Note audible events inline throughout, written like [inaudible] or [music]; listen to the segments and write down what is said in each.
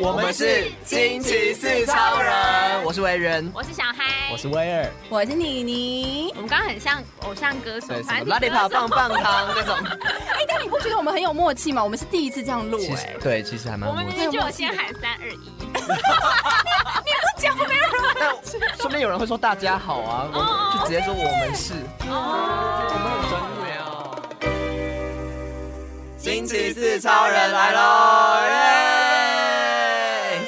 我们是惊奇四超人，我是维人，我是小嗨，我是威尔，我是妮妮我。们刚刚很像偶像歌手对，，什反么正拉力跑棒棒糖那种，哎、但你不觉得我们很有默契吗？我们是第一次这样录、其哎实，对，其实还蛮我们默明契。明就有先喊三二一，但说不定有人会说大家好啊，我就直接说我们是，我哦们很专业哦。惊奇四超人来喽！耶！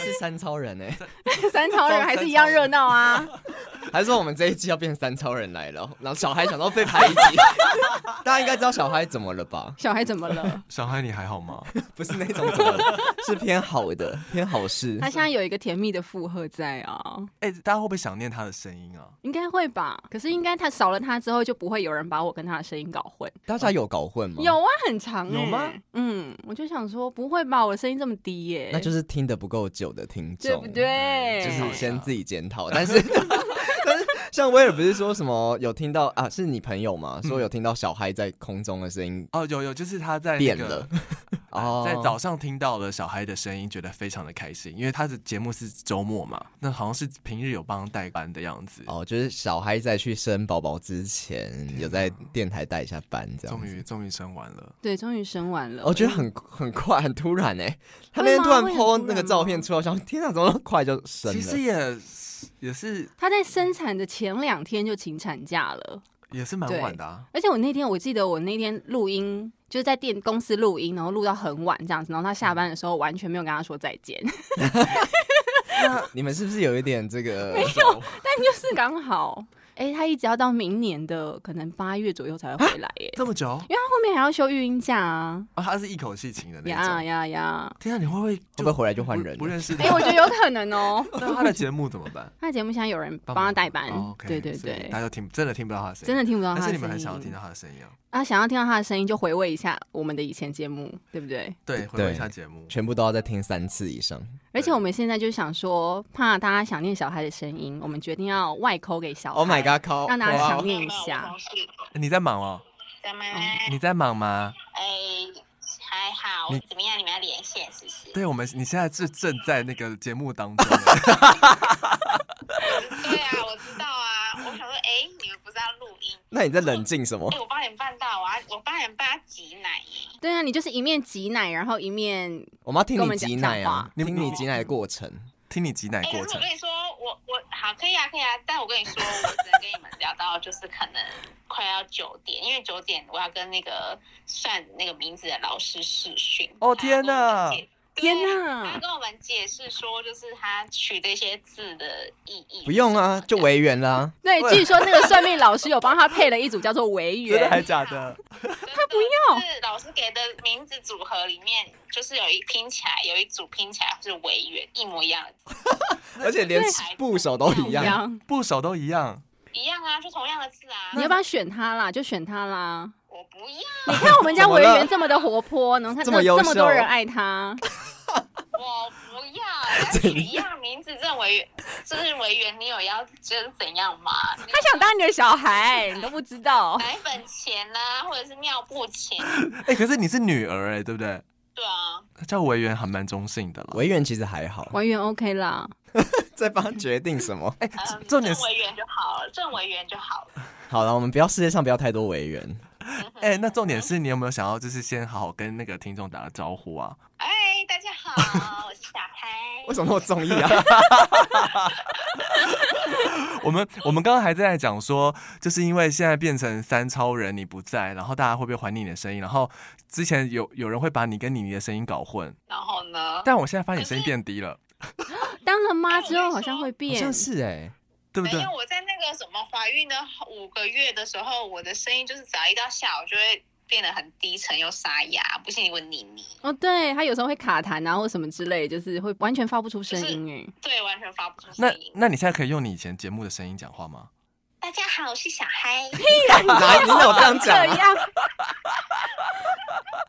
是三超人哎，三超人还是一样热闹啊！还是说我们这一季要变三超人来了？然后小孩想到被 [laughs] 排挤，大家应该知道小孩怎么了吧？ [laughs] 小孩怎么了？小嗨，你还 [laughs] 好吗？不是那种怎么了，是偏好的，偏好事他。现在有一个甜蜜的负荷在啊，哎、大家会不会想念他的声音啊？应该会吧？可是应该他少了他之后，就不会有人把我跟他的声音搞混。大家有搞混吗？有，啊，很长、哎有吗？嗯，我就想说，不会吧？我的声音这么低耶、那就是听得不够久的听众，对不？对？就是先自己检讨，但是 [laughs] 但是像威尔不是说什么有听到啊？是你朋友吗？嗯说有听到小嗨在空中的声音哦，有有，就是他在那变个哎了。啊哦，在早上听到了小嗨的声音，觉得非常的开心，因为他的节目是周末嘛，那好像是平日有帮他代班的样子。哦，就是小嗨在去生宝宝之前，有在电台带一下班这样终子。于终于生完了，对，终于生完了。我哦觉得很很快，很突然哎、他那会天吗突然会很 po 突那个然照吗片出来，我想天哪，怎么那么快就生其实了？也是也是他在生产的前两天就请产假了。也是蛮对晚的、啊。而且我那天我记得我那天录音就是在电公司录音，然后录到很晚这样子，然后他下班的时候完全没有跟他说再见， [laughs] 你们是不是有一点这个？但就是刚好，哎、他一直要到明年的可能八月左右才会回来耶，这么久因为他哦后面还要休育婴假啊，啊？他是一口气请的那呀种。呀呀，天啊，你会不会会会不会回来就换人了不认识哎、他我觉得有可能哦、 [laughs] 那他的节目怎么办？他的节目现在有人帮他代班，哦，OK，对对所以对大。家听真的听不到他的声音，真的听不到但他是的你们很想要声听音到他的声音啊。啊！想要听到他的声音，就回味一下我们的以前节目，对不对？对，回对味一下节目。全部都要再听三次以上。而且我们现在就想说，怕大家想念小孩的声音，我们决定要外抠给小孩。 Oh my god，靠！让大家哇想念一下。你在忙哦？怎么了？你在忙吗？哎，还好你。怎么样？你们要连线是不是？对，我啊们你现在是正在那个节目当中。对啊，我知道啊。我想说，哎，你们不是要录音？那你在冷静什么哎，？我八点半到，我要我八点半要挤奶耶。对啊，你就是一面挤奶，然后一面我们要听跟我你们讲挤奶啊，讲话听你挤奶的过程。听你挤奶哎，可过是我程跟，你说，我我好可以啊，可以啊。但我跟你说，我只能跟你们聊到就是可能快要九点，因为九点我要跟那个算那个名字的老师试训。哦天哪哪！天哪！哪他跟我们解释说，就是他取这些字的意义。不用啊，就维园啦。 [laughs] 对，据说那个算命老师有帮他配了一组叫做“维真的还园假的？他不要是老师给的名字组合里面，就是有一拼起来，有一组拼起来是维园，一模一样的字， [laughs] 而且连部首都”一样。样。部首都一样，一样啊，就同样的字啊。你要不要选他啦？就选他 [laughs] 啦！我不要，你看我们家维园这么的活泼，能看这么优秀这么多人爱他，我不要，人家取一样名字，这维园，就是维园，你有要就是怎样嘛？他想当你的小孩，你都不知 [laughs] 道。奶粉钱啊，或者是尿布钱，哎，可是你是女儿哎，对不对？对啊，叫维园还蛮中性的了。维园其实还好，维园 OK 啦，在帮他决定什么。 [laughs] 哎，嗯、重点是正维 [laughs] 园就好了，正维园就好了。好了，我们不要世界上不要太多维园。哎，那重点是你有没有想要就是先好好跟那个听众打个招呼啊？哎，大家好，我是小 [laughs] 嗨。为什么那么中意啊？我们嗯我们刚刚还在讲说，就是因为现在变成三超人你不在，然后大家会不会怀念你的声音？然后之前有有人会把你跟妮妮的声音搞混，然后呢？但我现在发现你声音变低了，当了妈之后好像会好 [laughs] 变像，是哎，对不没对有，？我在那个什么怀孕的五个月的时候，我的声音就是只要一到下午就会变得很低沉又沙哑，不信你问妮妮，哦，对他有时候会卡痰啊或什么之类，就是会完全发不出声音对，完全发不出那声音。那你现在可以用你以前节目的声音讲话吗？大家好，我是小嗨，哪你哪有这样讲哎，这啊？样 [laughs]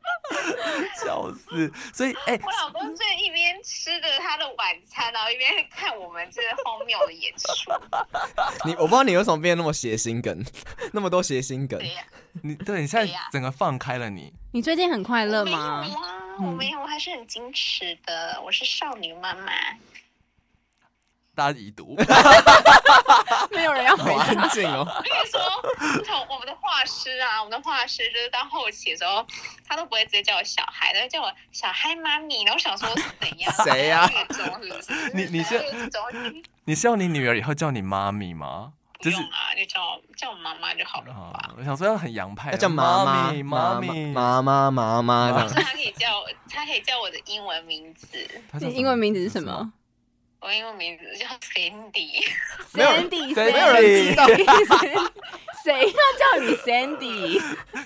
笑死！所以哎、我老公就一边吃着他的晚餐，然后一边看我们这荒谬的演出。你我不知道你为什么变得那么谐星梗， [laughs] 那么多谐星梗。对呀、你对你现对在呀整个放开了你，你最近很快乐吗没有？呀啊我没有，我还是很矜持的，我是少女妈妈。大家已 [laughs] 读，没有人要回好答。安静哦。我跟你说，从我们的画师啊，我们的画师就是到后期的时候，他都不会直接叫我小孩，他会叫我小孩妈咪。然后我想说是怎样？谁呀月中是不是？你你是然后月中你希望你女儿以后叫你妈咪吗？不就是用啊，就叫我叫我妈妈就好了吧。啊，我想说要很洋派， [laughs] 要叫妈妈妈、咪妈咪妈妈、妈妈这可是样。 [laughs] 他可以叫我，他可以叫我的英文名字，她叫 [laughs] 你什么英文名字是什她叫么我英文名字叫 Sandy。没有？Sandy，没有人知道 [laughs] Sandy，谁要叫你 Sandy？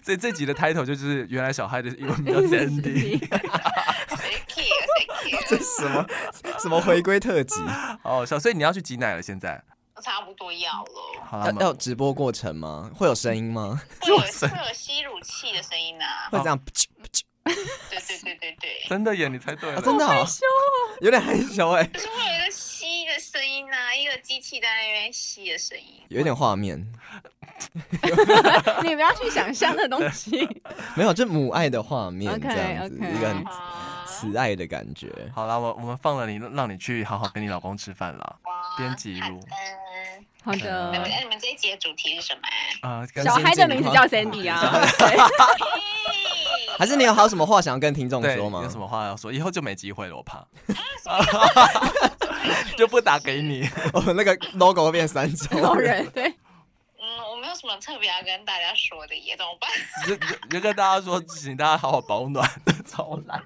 所以这集的 title 就是原来小孩的英 [laughs] 文名叫 Sandy， [laughs] 啊谁 care 谁 [laughs] 这 care？什么什么回归特辑？好好笑。所以你要去挤奶了，现在差不多要 [laughs] 了，好要了，要直播过程吗？会有声音吗？会有会有吸乳气的声音呢、啊。会这样？对对对对对，真的耶，你猜对啊了，真的哦有点害羞哎，就是会有一个吸的声音呐、一个机器在那边吸的声音。有一点画面。你不要去想象那东西。没有，这母爱的画面 OK，这样子， OK 一个很啊，慈爱的感觉。好啦，我我们放了你，让你去好好跟你老公吃饭啦。编辑好录的好那你们呃的，哎，你们这一集的主题是什么 [laughs] 啊？啊，跟小孩的名字叫 Sandy 啊。对嘿还是你有还有什么话想要跟听众对，说吗有？[laughs] 什么话要说？以后就没机会了，我 [laughs] 怕什么就不打给你。我哦们那个 logo 会变三 [laughs] 老种人对，嗯，我没有什么特别要跟大家说的耶，怎么办？ [laughs] [laughs] 就就就跟大家说，请大家好好保暖， [laughs] 超懒。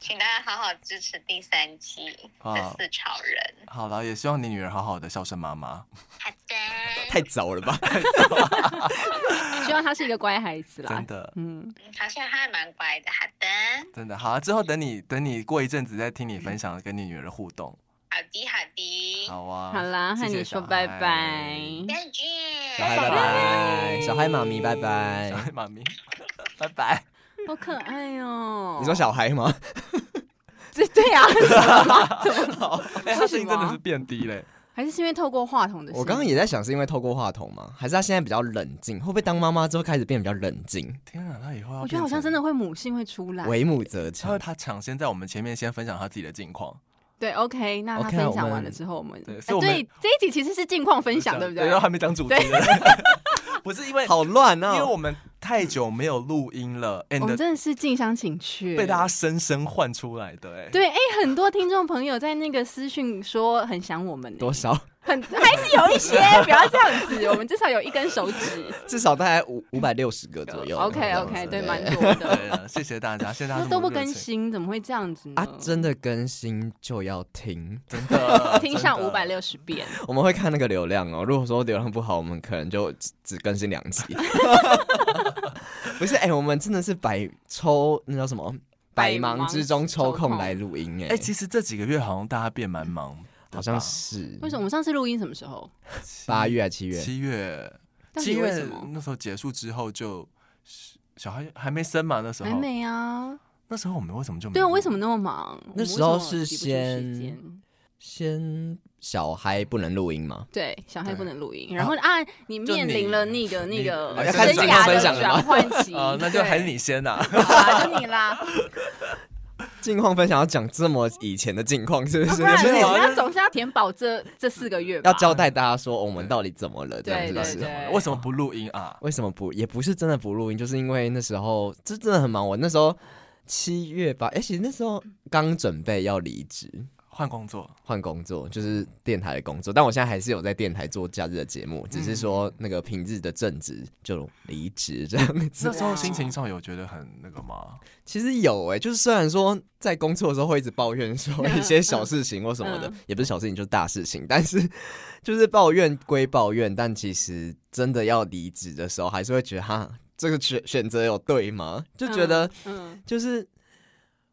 请大家好好支持第三季啊的四草人。好了，也希望你女儿好好的孝顺妈妈。好的，太早了吧？希望他是一个乖孩子啦真。的，嗯，嗯好像他还蛮乖的。好的，真的好啊。之后等你等你过一阵子再听你分享跟你女儿的互动。好的，好的，好啊，好啦，和谢谢你说小拜孩拜。再见。小孩拜拜，小孩妈咪拜拜小。孩妈咪， [laughs] 拜 [laughs] 拜。好可爱哦！你说小孩吗？这对啊， [laughs] 哎，他声音真的是变低嘞。还是是因为透过话筒的声音？我刚刚也在想，是因为透过话筒吗？还是他现在比较冷静？会不会当妈妈之后开始变比较冷静？天啊，他以后要我觉得好像真的，的会母性会出来。为母则他 [laughs] 强。会他抢先在我们前面先分享他自己的近况，对，OK，那他 OK 啊分享我完们了之后，我们对哎所以我们对这一集其实是近况分享，对不然后对？还没讲主题对呢， [laughs] 不是因为好乱因为哦！我们太久没有录音了我们，and 真的是近乡情怯，被大家深深唤出来的、哎，对哎，很多听众朋友在那个私讯说很想我们呢，欸多少？很 [laughs] 还是有一些，不要这样子，我们至少有一根 [laughs] 手指。至少大概五五百六十个左右。 OK 这样 OK，子哦对，蛮多对的。啊，谢谢大家，谢谢大家那这么都不热情更，新，怎么会这样子呢啊，？真的更新就要听， [laughs] 真 [laughs] 的听上五百。真的六十遍，我们会看那个流量哦。如果说流量不好，我们可能就只只更新两集。 [laughs] 不是，哎、我们真的是百抽那叫什么？百百忙忙之中抽抽空空来录音、哎、哎、其实这几个月好像大家变蛮忙的吧，好像是为什么？我们上次录音什么时候？七八、月还七月，七月、到七底为什月么？那时候结束之后就。小孩还没生嘛？那时候还，没啊。那时候我们为什么就没对啊，录为什么那么忙？那我们时为什候么是挤不出先时间先小孩不能录音嘛？对小孩不对能录音，然后啊，你就面你临了那个那你个要开始生转涯分的享了吗转换 [laughs] 期啊、那就还是对你先呐、好啦，就你啦，近况分享要讲这么以前的近况，是不哦不是？然啊就是没你有人家总是要填饱这这四个月吧要。交代大家说、哦我们到底怎么了，这样对是不对是？对 [laughs] 为什么不录音啊？为什么不？也不是真的不录音，就是因为那时候这真的很忙。我那时候七月吧，哎、其实那时候刚准备要离职换工作，换工作，就是电台的工作，但我现在还是有在电台做假日的节目，只是说那个平日的正职就离职这样子。那时候啊心情上有觉得很那个吗？其实有哎、就是虽然说在工作的时候会一直抱怨说一些小事情或什么的，嗯也不是小事情就是大事情， [laughs] 但是就是抱怨归抱怨，但其实真的要离职的时候，还是会觉得哈，这个选选择有对吗？就觉得嗯，就是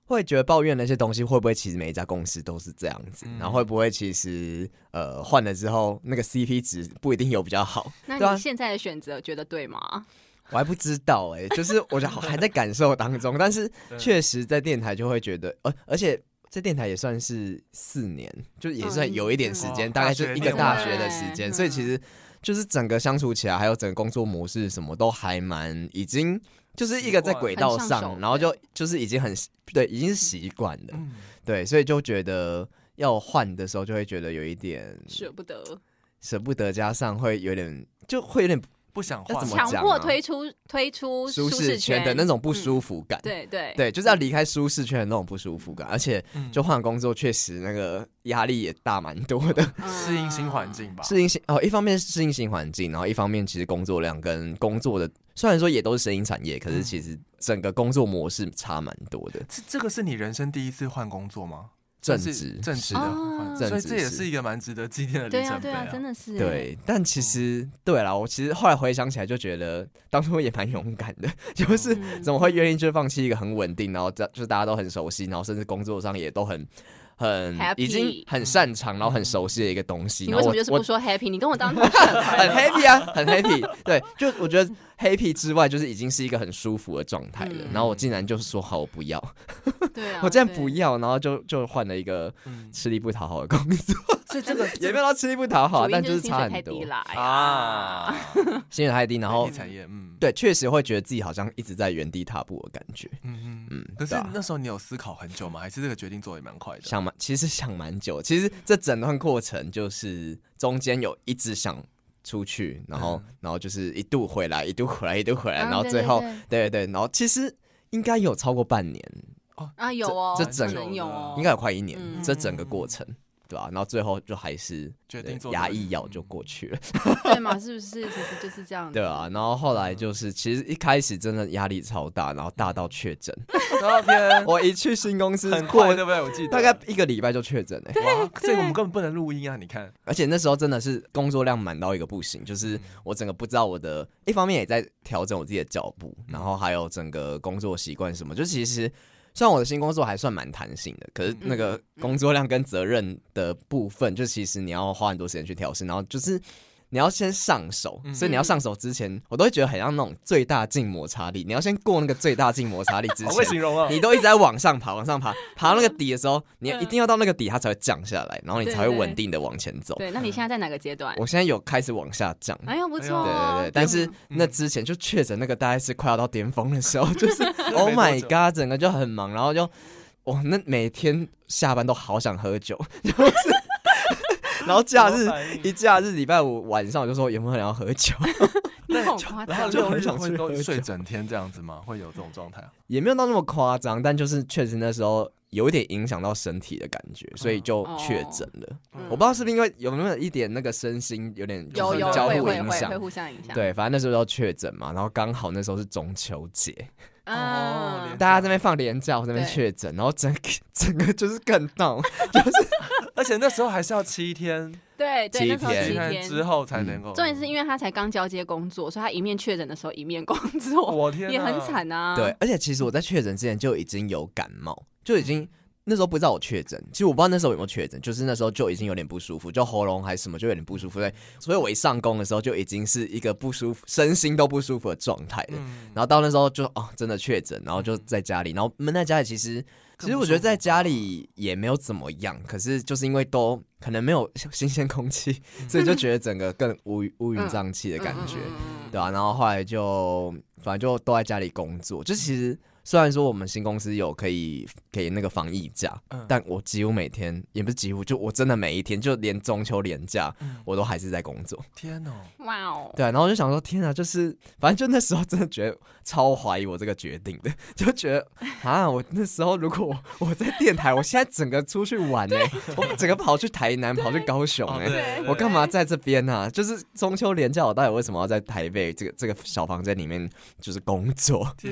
会觉得抱怨那些东西会不会其实每一家公司都是这样子，嗯然后会不会其实呃换了之后那个 CP 值不一定有比较好，那对啊你现在的选择觉得对吗？我还不知道哎、就是我觉得好还在感受当中，但是对确实在电台就会觉得，而而且在电台也算是四年，就也算有一点时间，嗯大概就一个大学的时大学间，嗯所以其实就是整个相处起来，还有整个工作模式什么都还蛮已经就是一个在轨道很上手上，然后就就是已经很对，已经是习惯了，嗯，对，所以就觉得要换的时候就会觉得有一点舍不嗯得，舍不得，加上会有点就会有点不想要换怎么嘛讲强啊迫推出推出舒适嗯适圈的那种不舒服。服感，对对，对，就是要离开舒适圈的那种不舒服感，而且嗯就换工作确实那个压力也大蛮多的，嗯适应新环。境 [laughs] 吧。适应新哦，一方面是适应新环境，然后一方面其实工作量跟工作的虽然说也都是声音产业，可嗯是其实整个工作模式差蛮多的，这这个是你人生第一次换工作吗？正是职正职是的哦换，正所以职这也是是一个蛮值得纪念的对里啊程对哦啊，碑真的是。对，但其实对啦，我其实后来回想起来就觉得当初也蛮勇敢的， [laughs] 就是嗯怎么会愿意就放弃一个很稳定，然后大就大家都很熟悉，然后甚至工作上也都很很 Happy 嗯已经很擅长，然后很熟悉的一个东西。你然为后我什么就是我不说 happy？你跟我当同事很快很乐 happy 啊， [laughs] 很 happy。对，就我觉得 happy 之外，就是已经是一个很舒服的状态了。嗯然后我竟然就是说好，我不要，对啊， [laughs] 我竟然对不要，然后就就换了一个嗯，吃力不讨好的工 [laughs] 作，所以这个也没有到吃力不讨好，啊主因但就是薪差水很太多低，啦。哎呀啊，薪水太 [laughs] 低，然后后产业，嗯，对，确实会觉得自己好像一直在原地踏步的感觉。嗯嗯。嗯，可是对啊那时候你有思考很久吗？还是这个决定做也蛮快的？ [laughs] 想蛮，其实想蛮久。其实这整段过程就是中间有一直想出去，然后、嗯然后就是一度回来，一度回来，一度回来，啊哎然后对最对后对对对然后其实应该有超过半年，啊，有哦，这可整能有哦，应该有快一年，嗯这整个过程。对吧、然后最后就还是决定对做嗯牙这个一咬就过去了，对嘛？是不是？其实就是这样。对啊。然后后嗯来就是，其实一开始真的压力超大，然后大到确诊。嗯然后天，我一去新公司很过快，对不对？我记得 [laughs] 大概一个礼拜就确诊了、欸哇，所以我们根本不能录音啊！你看，而且那时候真的是工作量满到一个不行，就是我整个不知道我的，一方面也在调整我自己的脚步，嗯然后还有整个工作习惯什么。就其实虽然我的新工作还算蛮弹性嗯的，可是那个工作量跟责任的部分，就其实你要花很多时间去调试，然后就是。你要先上手，嗯所以你要上手之前，我都会觉得很像那种最大静摩擦力。你要先过那个最大静摩擦力 [laughs] 之好会前，形容啊！ [laughs] 你都一直在往上爬，往上爬，爬到那个底的时候，你一定要到那个底，它才会降下来，然后你才会稳定的往前走。对，那你现在在哪个阶段？我现在有开始往下降，哎呀，不错对哦。对对，但 [laughs] 是那之前就确诊那个大概是快要到巅峰的时候，就是 Oh my God，整个就很忙，然后就哇，那每天下班都好想喝酒， [laughs] 就是，然后假什日么反应一假日礼拜五晚上我就说有没有人要喝酒， [laughs] 你好夸然后张，就六很日想会去都喝睡酒整天这样子吗？会有这种状态啊？也没有到那么夸张，但就是确实那时候有一点影响到身体的感觉，所以就哦确诊了。嗯我不知道是不是因为有没有一点那个身心有点有有交会互会影会会响。互相影响。对，反正那时候要确诊嘛，然后刚好那时候是中秋节，哦嗯连大家这边放年假，我这边对确诊，然后整个 [laughs] 整个就是更闹，而且那时候还是要七天，对对，那时候七七天天嗯之后才能够。重点是因为他才刚交接工作，所以他一面确诊的时候一面工作，我天，也很。惨啊。对，，而且其实我在确诊之前就已经有感冒，就已经那时候不知道我确诊，其实我不知道那时候有没有确诊，就是那时候就已经有点不舒服，就喉咙还是什么就有点不舒服，所以所以我一上工的时候就已经是一个不舒服，身心都不舒服的状态了。嗯，然后到那时候就哦，真的确诊，然后就在家里，然后闷在家里。其实，其实我觉得在家里也没有怎么样，可是就是因为都可能没有新鲜空气，[laughs] 嗯所以就觉得整个更乌乌云瘴气的感觉。嗯对啊，然后后来就反正就都在家里工作。就其实虽然说我们新公司有可以给那个防疫假，嗯但我几乎每天也不是几乎，就我真的每一天，就连中秋连假，嗯我都还是在工作。天哦，哇哦，对啊，然后我就想说，天啊，就是反正就那时候真的觉得超怀疑我这个决定的，就觉得啊，我那时候如果我我在电台，我现在整个出去玩呢、我整个跑去台南，跑去高雄哦哎、对对我干嘛在这边呢、啊？就是中秋连假，我到底为什么要在台北这个这个小房间里面就是工作？ [laughs] 天，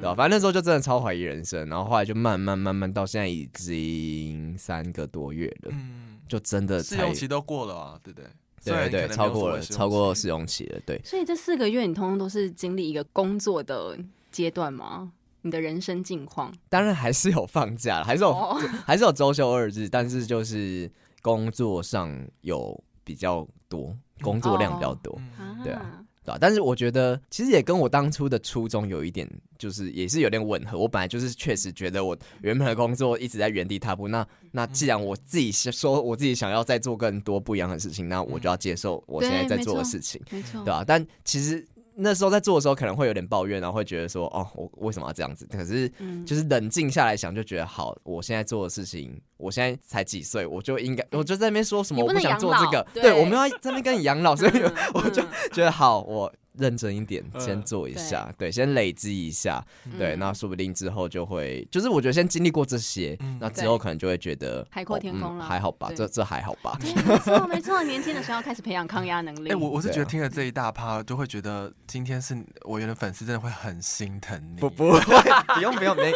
对吧、反正那时候就真的超怀疑人生，然后后来就慢慢慢慢到现在已经三个多月了，嗯，就真的试才用期都过了啊，对不对？虽对然对可对，能没超有所过谓了试用超过期试用期了，对。所以这四个月你通通都是经历一个工作的阶段吗？你的人生境况当然还是有放假了，还是有、哦， [laughs] 还是有周休二日，但是就是工作上有比较多，工作量比较多，嗯对啊，对吧、但是我觉得其实也跟我当初的初衷有一点，就是也是有点吻合。我本来就是确实觉得我原本的工作一直在原地踏步，那那既然我自己是说我自己想要再做更多不一样的事情，那我就要接受我现在在做的事情，啊没错对，吧、但其实那时候在做的时候可能会有点抱怨，然后会觉得说，哦，我为什么要这样子？可是嗯就是冷静下来想，就觉得好，我现在做的事情，我现在才几岁，我就应该，我就在那边说什么你我不能想做养这老个，对对我没有要在那边跟你养老，所以嗯我就嗯觉得好，我认真一点，嗯先做一下，对，先累积一下，对，嗯那说不定之后就会，就是我觉得先经历过这些嗯，那之后可能就会觉得海阔哦天空了嗯还好吧，对这这还好吧，对没错没错，年轻的时候开始培养抗压能力。哎、我我是对啊觉得听了这一大趴，就会觉得今天是我原的粉丝真的会很心疼你。不不会，不用不用，没，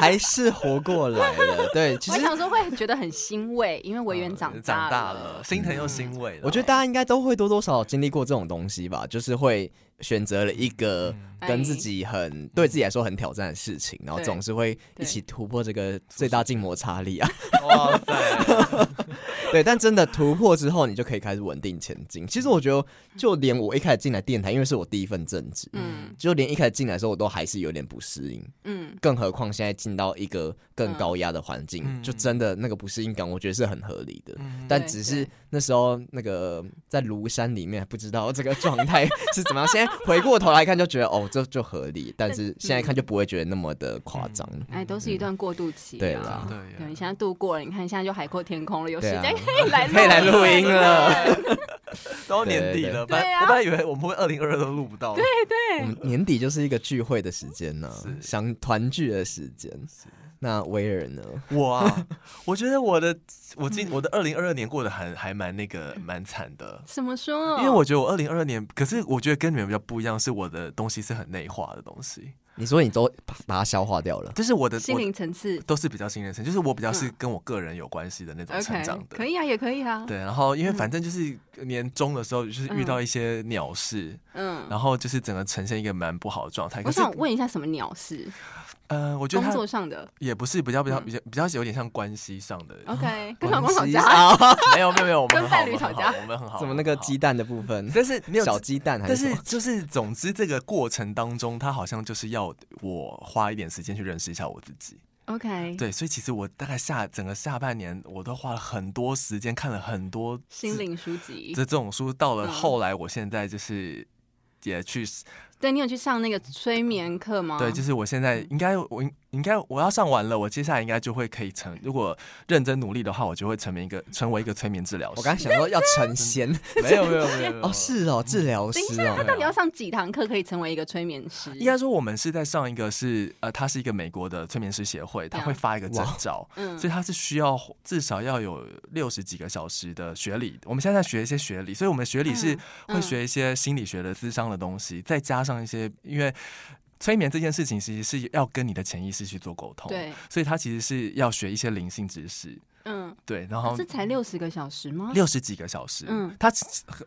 还是活过来了， [laughs] 对，其我实。想说会觉得很欣慰，因为呃，委员长长大大了，心疼又欣慰了。我哎觉得大家应该都会多多少少经历过这种东西吧，就是会选择了一个跟自己很对自己来说很挑战的事情，然后嗯哎对总是会一对起突破这个最大静摩擦力啊。哇塞， [laughs] 对，但真的突破之后，你就可以开始稳定前进。其实我觉得，就连我一开始进来电台，因为是我第一份正职，嗯就连一开始进来的时候，我都还是有点不适应，嗯，更何况现在进到一个更高压的环境，嗯就真的那个不适应感，我觉得是很合理的。嗯但对只是对那时候那个在庐山里面不知道这个状态是怎么样，现在回过头来看就觉得哦，这就合理，但是现在看就不会觉得那么的夸嗯张。嗯哎，都是一段过渡期啊。对啦对耶对，你现在度过了，你看现在就海阔天空了，有时对啊 [laughs] 间可以来可以来录音了，都年底了，本对来啊我本来以为我们会二零二二都录不到。对我们年底就是一个聚会的时间呢、是想团聚的时间。那威尔呢？ [laughs] 我 [laughs] 啊，我觉得我的我嗯今我的二零二二年过得还还蛮那个蛮惨的。怎么说？因为我觉得我二零二二年，可是我觉得跟你们比较不一样，是我的东西是很内化的东西，你说你都把把它消化掉了，就是我的心我灵层次都是比较新人生，就是我比较是嗯跟我个人有关系的那种成，OK，长的。可以啊，也可以啊。对，然后因为反正就是年终的时候，就是遇到一些鸟事，嗯，然后就是整个呈现一个蛮不好的状态。可我是，想问一下，什么鸟事？呃，我觉得工他作上的也不是比较比较嗯比较比较有点像关系上 [laughs] 的， ，OK，跟老公吵关系架，啊？没有没有没有，我们跟很好，伴侣我们很吵架好我们很好。怎么我们那个很好鸡？蛋的部分？但是没有小鸡蛋还但是什是 [laughs] 么？就是，总之这个过程当中，他好像就是要我花一点时间去认识一下我自己。 [laughs] ，OK，对，所以其实我大概下整个下半年，我都花了很多时间看了很多心灵书籍这，这种书。到了嗯后来，我现在就是也去对你有去上那个催眠课吗？对，就是我现在应该我应应该我要上完了，我接下来应该就会可以成，如果认真努力的话，我就会成为一个成为一个催眠治疗师。我刚想说要成仙 [laughs] 没有没有没有没有哦，是哦，治疗师等一啊哦他，到底要上几堂课可以成为一个催眠师？应该说我们是在上一个是呃，它是一个美国的催眠师协会，它对啊会发一个证哇照。嗯所以它是需要至少要有六十几个小时的学理。我们现在在学一些学理，所以我们学理是嗯会学一些心理学的智商的东西，再加上一些因为。催眠这件事情其实是要跟你的潜意识去做沟通，对，所以它其实是要学一些灵性知识，嗯，对，然后这才六十个小时吗？哦六十几个小时，嗯他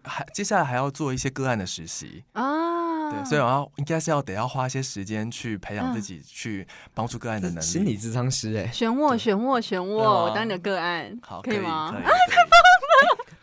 还接下来还要做一些个案的实习，啊，对，所以我要应该是要得要花一些时间去培嗯养自己，去帮助个案的能力。心理智商师哎，漩涡，漩涡，漩涡，对啊我当你的个案，好，可以吗啊可以？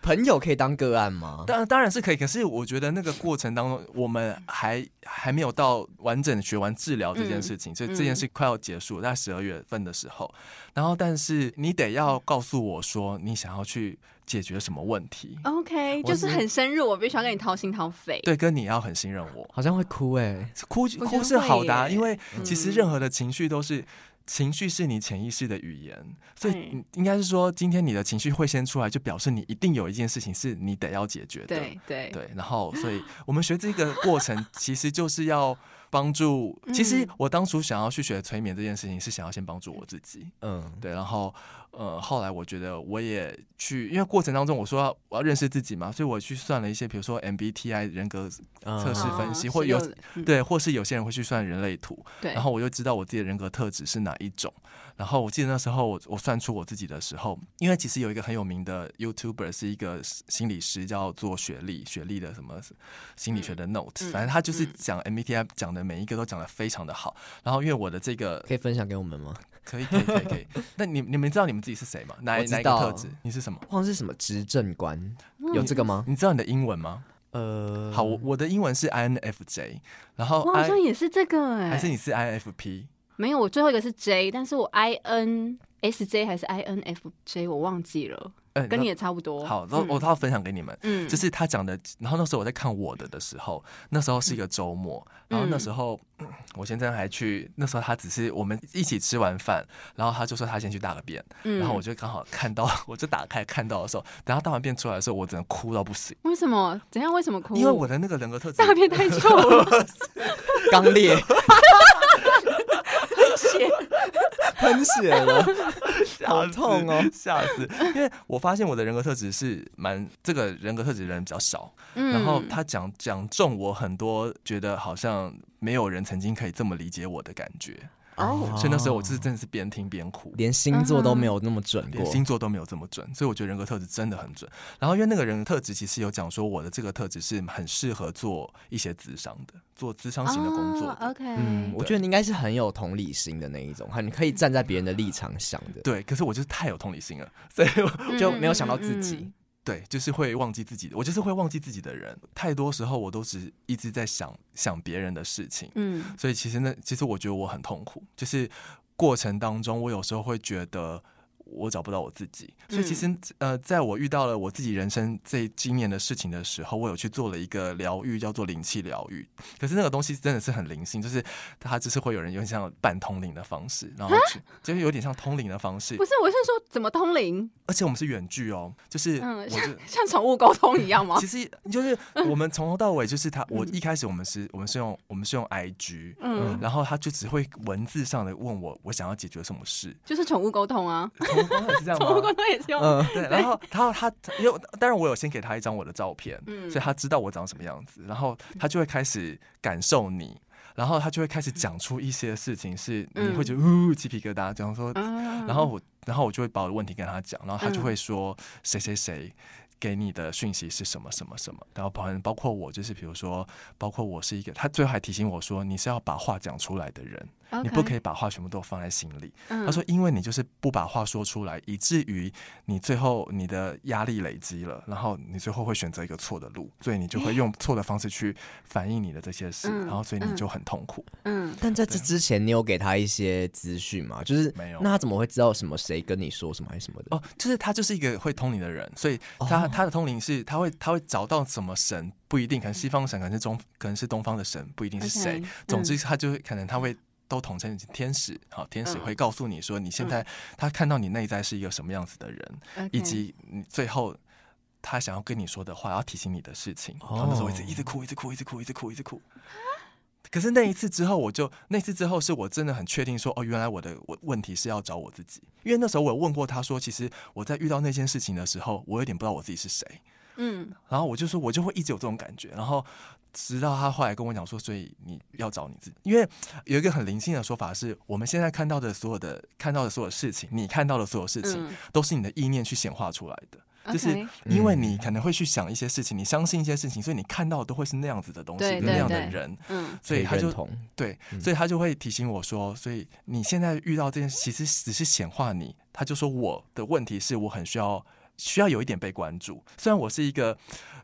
朋友可以当个案吗？当然当然是可以，可是我觉得那个过程当中，我们还还没有到完整地学完治疗这嗯件事情，所以这件事快要结束，在十二月份的时候。然后，但是你得要告诉我说你想要去解决什么问题，嗯 OK，我就是是很深入，我必须要跟你掏心掏肺。对，跟你要很信任我。好像会哭哎，哭我觉哭得是会好的啊、耶因为其实嗯任何的情绪都是。情绪是你潜意识的语言，所以对你应该是说，今天你的情绪会先出来，就表示你一定有一件事情是你得要解决的。对对对，然后所以我们学这个过程，其实就是要帮助。嗯其实我当初想要去学催眠这件事情，是想要先帮助我自己。嗯，对，然后呃，后来我觉得我也去，因为过程当中我说要我要认识自己嘛，所以我去算了一些，比如说 MBTI 人格测试嗯分析，哦或是有有嗯对，或是有些人会去算人类图，对，然后我就知道我自己的人格特质是哪一种。然后我记得那时候我我算出我自己的时候，因为其实有一个很有名的 YouTuber 是一个心理师，叫做雪莉，雪莉的什么心理学的 Note，、嗯反正他就是嗯讲 MBTI 讲的每一个都讲的非常的好。然后因为我的这个可以分享给我们吗？可以可以可以可以，那你你们知道你们自己是谁吗？哪我一知哪一个道特质？你是什么？好像是什么执政官，嗯有这个吗？你知道你的英文吗？呃，好，我我的英文是 INFJ，然后我好 I 像也是这个哎，还是你是 INFP？没有，我最后一个是 J，但是我 I N S J 还是 I N F J 我忘记了。呃跟你也差不多。那好，那我嗯他要分享给你们。嗯就是他讲的，然后那时候我在看我的的时候，那时候嗯是一个周末，然后那时候、我先生还去，那时候他只是我们一起吃完饭，然后他就说他先去大个便，然后我嗯就刚好看到，我就打开看到的时候，等他大完便出来的时候，我只能哭到不行，为什么？怎样？为什么哭？因为我的那个人格特质，哦大便太臭 [laughs] 了，刚烈血喷血了，吓好死痛 [laughs] 哦 [laughs] 吓死！因为我发现我的人格特质是蛮这个人格特质的人比较少，嗯然后他讲讲中我很多觉得好像没有人曾经可以这么理解我的感觉，哦，所以那时候我就是真的是边听边哭。连星座都没有那么准连过。星座都没有这么准，所以我觉得人格特质真的很准。然后因为那个人格特质其实有讲说，我的这个特质是很适合做一些咨商的，做咨商型的工作的。哦 OK，嗯，我觉得你应该是很有同理心的那一种，哈，你可以站在别人的立场想的，对，可是我就是太有同理心了，所以我就没有想到自己。对，就是会忘记自己的，我就是会忘记自己的人。太多时候我都只一直在想想别人的事情，嗯。嗯嗯嗯嗯所以其实呢，其实我觉得我很痛苦，就是过程当中，我有时候会觉得我找不到我自己。所以其实嗯呃，在我遇到了我自己人生这今年的事情的时候，我有去做了一个疗愈，叫做灵气疗愈。可是那个东西真的是很灵性，就是它就是会有人用像半通灵的方式，然后去就是有点像通灵的方式啊不，是，我是说怎么通灵？而且我们是远距哦，就是我嗯，就。像像宠物沟通一样吗其？实就是我们从头到尾就是 [laughs] 他，我一开始我们是我们是用我们是用 IG，嗯，然后他就只会文字上的问我我想要解决什么 [laughs] 事，就是宠物沟通 [laughs] 啊，从头到哦尾是这样宠物沟 [laughs] 吗？通也是用。嗯，对，然后他他他因为当然我有先给他一张我的照片，嗯所以他知道我长什么样子，然后他就会开始感受你，然后他就会开始讲出一些事情，是你会觉得呜鸡皮疙瘩，这样说嗯然后我，然后我就会把我的问题跟他讲，然后他就嗯会说谁谁谁给你的讯息是什么什么什么，然后包含包括我就是比如说，包括我是一个，他最后还提醒我说你是要把话讲出来的人，你不可以。以把话全部都放在心里。他他说，因为你就是不把话说出来，以至于你最后你的压力累积了，然后你最后会选择一个错的路，所以你就会用错的方式去反映你的这些事，嗯然后所以你嗯就很痛苦。嗯，但在这之前，你有给他一些资讯吗？就是没有那他怎么会知道什么谁跟你说什么还是什么的？哦，就是他就是一个会通灵的人，所以哦他、他的通灵是他会他会找到什么神不一定，可能西方神，可能是中，可能是东方的神，不一定是谁。 OK，嗯总之，他就会可能他会。都统称天使，好，天使嗯会告诉你说，你现在他看到你内在是一个什么样子的人，嗯以及你最后他想要跟你说的话，要提醒你的事情。哦然后那时候我一直一直哭，一直哭，一直哭，一直哭，一直哭。可是那一次之后，我就那次之后是我真的很确定说，哦，原来我的我问题是要找我自己，因为那时候我有问过他说，其实我在遇到那件事情的时候，我有点不知道我自己是谁，嗯然后我就说，我就会一直有这种感觉，然后直到他后来跟我讲说，所以你要找你自己，因为有一个很灵性的说法是，我们现在看到的所有的看到的所有事情，你看到的所有事情，嗯都是你的意念去显化出来的。 OK 就是因为你可能会去想一些事情，你相信一些事情，所以你看到的都会是那样子的东西，对那样的对对人，嗯 [laughs] 所以他可就认同对，所以他就会提醒我说，所以你现在遇到这件事，其实只是显化你。他就说我的问题是我很需要需要有一点被关注，虽然我是一个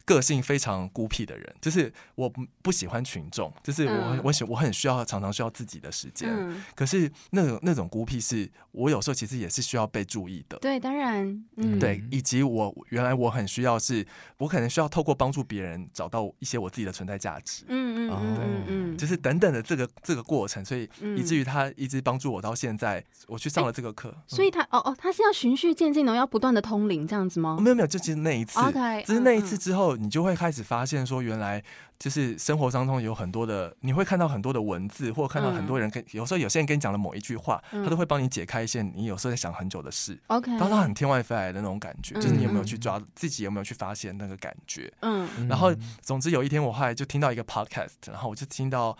个性非常孤僻的人，就是我不不喜欢群众，就是我很嗯我喜我很需要常常需要自己的时间。嗯，可是那种那种孤僻是我有时候其实也是需要被注意的。对，当然，嗯，对，以及我原来我很需要是，我可能需要透过帮助别人找到一些我自己的存在价值。嗯，嗯嗯嗯嗯哦就是等等的这个这个过程，所以嗯以至于他一直帮助我到现在，我去上了这个课。所以他哦哦，他是要循序渐进的，要不断的通灵这样子吗嗯、？没有没有，就只是那一次 OK，只是那一嗯次嗯之后，你就会开始发现说，原来就是生活当中有很多的，你会看到很多的文字，或看到很多人跟，有时候有些人跟你讲了某一句话，嗯他都会帮你解开一些你有时候在想很久的事。 OK，当他很天外飞来的那种感觉，就是你有没嗯有去抓自己有没有去发现那个感觉？嗯然后，总之有一天，我后来就听到一个 podcast，然后我就听到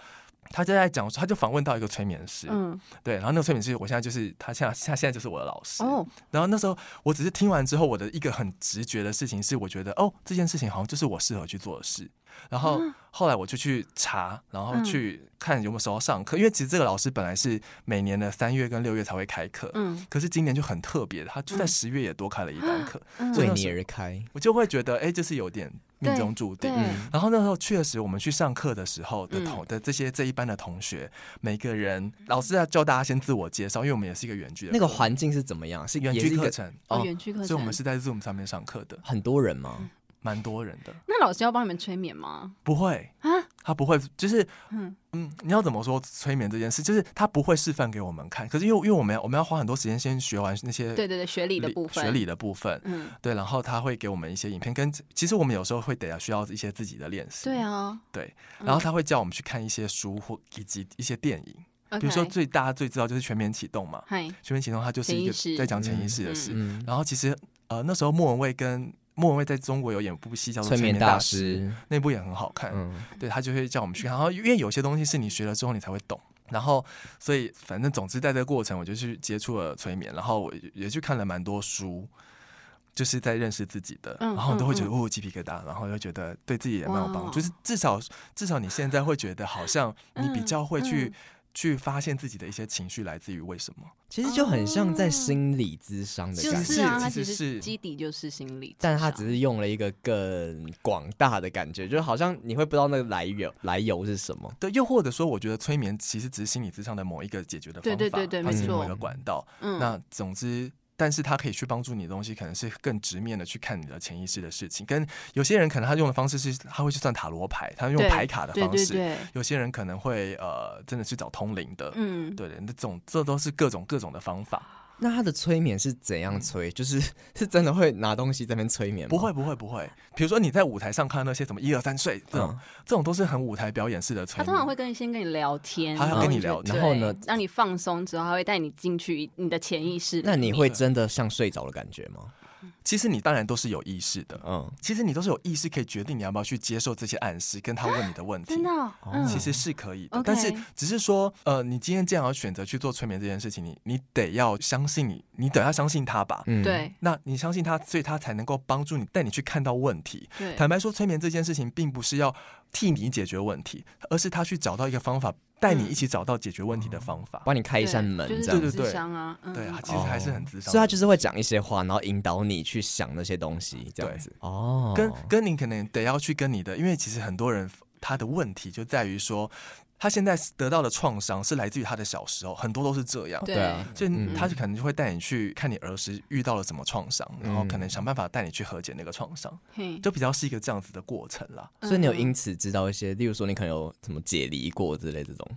他就在讲，他就访问到一个催眠师，嗯对，然后那个催眠师，我现在就是他现在他现在就是我的老师。哦然后那时候我只是听完之后，我的一个很直觉的事情是，我觉得哦，这件事情好像就是我适合去做的事。然后后来我就去查，然后啊嗯去看有没有时候上课，因为其实这个老师本来是每年的三月跟六月才会开课，嗯可是今年就很特别，他就在十月也多开了一班课，嗯所以为那你时候而开，我就会觉得，哎，这是有点命中注对定。嗯嗯然后那时候确实，我们去上课的时候的同的这些这一班的同学，每个人老师在教大家先自我介绍，因为我们也是一个远距的那个课环境是怎么样？是远也是距一课个程，哦，哦园区课程，所以我们是在 Zoom 上面上课的，很多人吗？蛮多人啊的。那老师要帮你们催眠吗？不会啊，他不会，就是嗯嗯你要怎么说催眠这件事，就是他不会示范给我们看。可是因为因为我们要我们要花很多时间先学完那些对对对，学理的理部分，学理的部分，嗯，对，然后他会给我们一些影片，跟其实我们有时候会得要需要一些自己的练习，对，啊，对，嗯然后他会叫我们去看一些书或以及一些电影，比如说 OK，最大家最知道就是全面启动嘛，嗨，全面启动它就是一个潜意识在讲潜意识的嗯事，嗯，然后其实呃那时候莫文蔚跟莫文蔚在中国有演部戏叫做催《眠眠大师》，师，那部也很好看，嗯，对他就会叫我们去看。然后因为有些东西是你学了之后你才会懂，然后所以反正总之在这个过程我就去接触了催眠，然后我也去看了蛮多书。就是在认识自己的，嗯然后你都会觉得嗯哦鸡皮疙瘩，然后又觉得对自己也蛮有帮哇助，就是至少至少你现在会觉得好像你比嗯较会去、嗯去发现自己的一些情绪来自于为什么，其实就很像在心理咨商的哦就感是觉，啊，其它实实是基底就是心理智商，但他只是用了一个更广大的感觉，就好像你会不知道那个来由来由是什么。对，又或者说我觉得催眠其实只是心理智商的某一个解决的方法，对对对对它没是某一错个管道，嗯那总之，但是他可以去帮助你的东西，可能是更直面的去看你的潜意识的事情。跟有些人可能他用的方式是，他会去算塔罗牌，他用对牌卡的对方对式；呃对，有些人可能会呃，真的去找通灵的。嗯，对的，那种这都是各种各种的方法，那他的催眠是怎样嗯催？就是 [laughs] 是真的会拿东西在那边催眠吗？不会不会不会。比如说你在舞台上看到那些什么一二三睡这种，嗯这种都是很舞台表演式的催他眠。通常会跟你先跟你聊天，他要然后跟你你就聊天对然后呢让你放松之后，他会带你进去你的潜意识里面。那你会真的像睡着的感觉吗？其实你当然都是有意识的，嗯，其实你都是有意识可以决定你要不要去接受这些暗示，跟他问你的问题。真的哦，嗯，其实是可以的， OK 但是只是说，呃，你今天这样要选择去做催眠这件事情，你你得要相信你，你得要相信他吧。嗯，对那你相信他，所以他才能够帮助你，带你去看到问题。对，坦白说，催眠这件事情并不是要替你解决问题，而是他去找到一个方法，带嗯你一起找到解决问题哦的方法。帮你开一扇门对这就样是对子。智商啊，嗯对啊，，其哦实还是很智商的。所以他就是会讲一些话，然后引导你去想那些东西，这样子。嗯哦，跟跟你可能得要去跟你的，因为其实很多人他的问题就在于说，他现在得到的创伤是来自于他的小时候，很多都是这哦样。对啊所以嗯他就可能就会带你去看你儿时遇到了什么创伤，然后可嗯能想办法带你去和解那个创伤，嘿，就比较是一个这样子的过程啦。所以你有嗯因此知道一些，例如说你可能有什么解离过之类这种。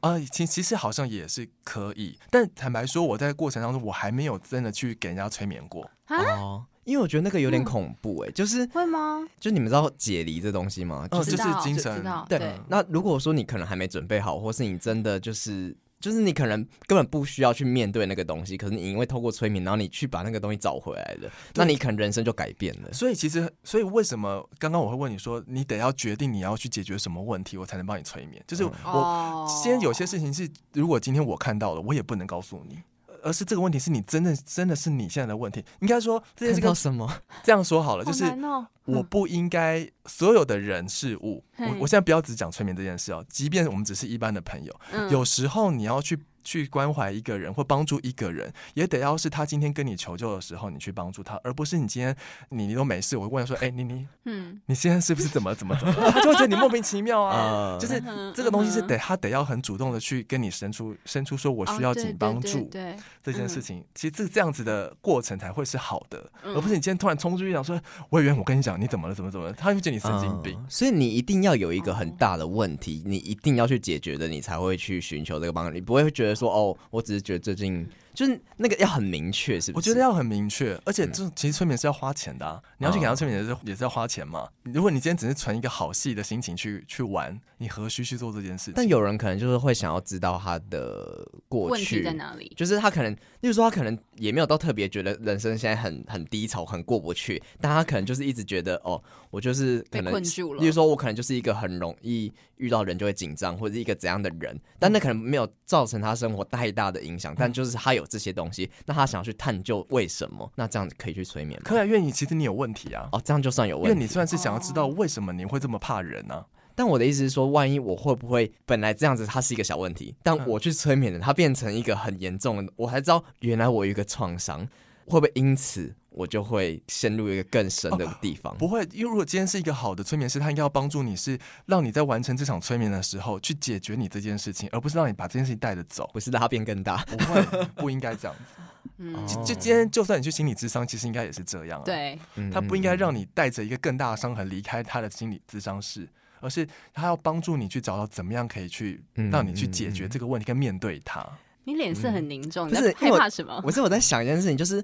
啊，其其实好像也是可以，但坦白说，我在过程当中我还没有真的去给人家催眠过。哦，因为我觉得那个有嗯点恐怖哎、就是会吗？就你们知道解离这东西吗？嗯就这是、知是道精就神知道对对，那如果说你可能还没准备好，或是你真的就是就是你可能根本不需要去面对那个东西，可是你因为透过催眠，然后你去把那个东西找回来了，那你可能人生就改变了。所以其实，所以为什么刚刚我会问你说，你得要决定你要去解决什么问题，我才能帮你催眠？嗯就是我哦，先有些事情是，如果今天我看到了，我也不能告诉你。而是这个问题是你真的真的是你现在的问题，应该说这看件事到跟什么？这样说好了，好就是难哦我不应该所有的人事物，嘿我我现在不要只讲催眠这件事哦，即便我们只是一般的朋友，嗯有时候你要去去关怀一个人或帮助一个人，也得要是他今天跟你求救的时候，你去帮助他，而不是你今天你你都没事，我 [laughs] 问说，哎、你你嗯，你现在是不是怎么怎么怎 [laughs] 么了，他就会觉得你莫名其妙啊。呃，就是嗯这个东西是嗯得他得要很主动的去跟你伸出伸出说我需要哦对请对帮对助，对，这件事情，其实这这样子的过程才会是好的，嗯而不是你今天突然冲出去讲说，委员，我跟你讲，你怎么了，怎么怎么了，他就觉得你神经病。哦嗯所以你一定要有一个很大的问题，你一定要去解决的，你才会去寻求这个帮助。你不会觉得说哦，我只是觉得最近就是那个要很明确，是不我是？嗯觉得要很明确，而且这其实催眠是要花钱的、啊，你要去给他催眠也是、也是要花钱嘛。如果你今天只是存一个好戏的心情去去玩，你何须去做这件事情？但有人可能就是会想要知道他的过问题去在哪里？就是他可能，例如说他可能也没有到特别觉得人生现在很很低潮，很过不去，但他可能就是一直觉得哦，我就是可被能困住了例如说我可能就是一个很容易遇到人就会紧张，或者是一个怎样的人，但嗯那可能没有造成他生活太大的影响，但就是他有这些东西，那他想要去探究为什么，那这样子可以去催眠吗？柯南愿意，其实你有问题啊，哦，这样就算有因为问你题。嗯算是想要知道为什么你会这么怕人呢、啊？但我的意思是说，万一我会不会本来这样子，它是一个小问题，但我去催眠了，它变成一个很严重的，我才知道原来我有一个创伤，会不会因此我就会陷入一个更深的地方。不会，因为如果今天是一个好的催眠师，他应该要帮助你是让你在完成这场催眠的时候去解决你这件事情，而不是让你把这件事情带着走。不是拉变更大，不会，不应该这 [laughs] 样子。嗯，哦就就今天，就算你去心理智商，其实应该也是这样、啊。，对，他不应该让你带着一个更大的伤痕离开他的心理智商室，而是他要帮助你去找到怎么样可以去嗯让你去解决这个问题跟面对它。你脸色很凝重，不你是在害因为怕什么？我是我在想一件事情，就是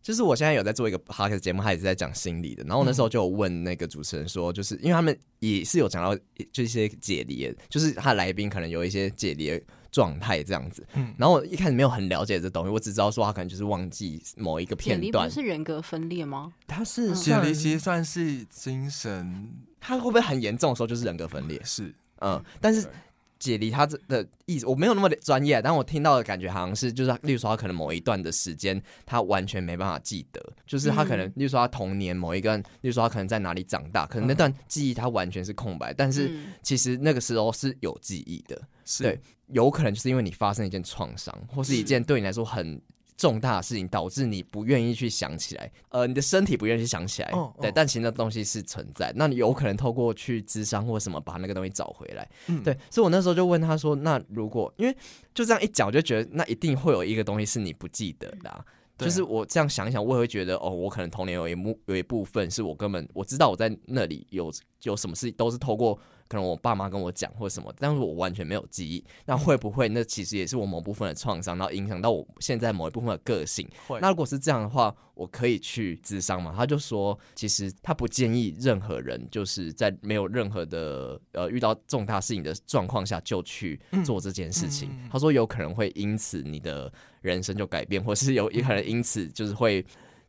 就是我现在有在做一个 podcast 节目，它也是在讲心理的。然后我那时嗯候就有问那个主持人说，就是因为他们也是有讲到就一些解离的，就是他来宾可能有一些解离的状态这样子。嗯然后我一开始没有很了解这东西，我只知道说他可能就是忘记某一个解片离段不。是嗯人格分裂吗？他是解离其算实算是精神他会不会很严重的时候就是人格分裂也？是，嗯，但是对解离他的呃意思，我没有那么专业，但我听到的感觉好像是，就是例如说他可能某一段的时间，他完全没办法记得，就是他可能，嗯例如说他童年某一个，例如说他可能在哪里长大，可能那段记忆他完全是空白，但是嗯其实那个时候是有记忆的，是对有可能就是因为你发生一件创伤，或是一件对你来说很。重大的事情导致你不愿意去想起来，呃，你的身体不愿意去想起来，哦对，哦但其实那东西是存在，那你有可能透过去智商或什么把那个东西找回来，嗯对，所以我那时候就问他说：“那如果因为就这样一讲，我就觉得那一定会有一个东西是你不记得的、啊。”对就是我这样想一想，我也会觉得哦，我可能童年有一幕有一部分是我根本我知道我在那里有有什么事情都是透过可能我爸妈跟我讲或什么，但是我完全没有记忆。那会不会那其实也是我某部分的创伤，然后影响到我现在某一部分的个性？会那如果是这样的话，我可以去咨商吗？他就说，其实他不建议任何人就是在没有任何的呃遇到重大事情的状况下就去做这件事情。嗯嗯嗯他说有可能会因此你的人生就改变，或是有也可能因此就是会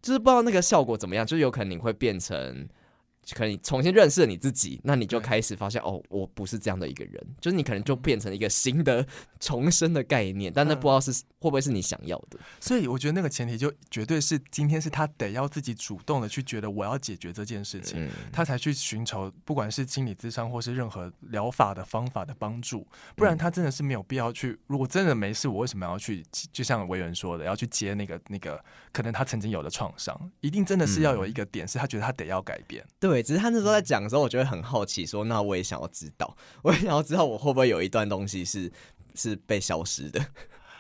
就是不知道那个效果怎么样，就是有可能你会变成。可能你重新认识了你自己，那你就对开始嗯发现哦，我不是这样的一个人，就是你可能就变成一个新的重生的概念，但那嗯不知道是、会不会是你想要的。所以我觉得那个前提就绝对是今天是他得要自己主动的去觉得我要解决这件事情，嗯他才去寻求不管是心理咨商或是任何疗法的方法的帮助，不嗯然他真的是没有必要去。如果真的没事，我为什么要去？就像维仁说的，要去接那个那个可能他曾经有的创伤，一定真的是要嗯有一个点，是他觉得他得要改变。对，只是他那时嗯候在讲的时候，我就会很好奇说那我也想要知道，我也想要知道我会不会有一段东西是是被消失的。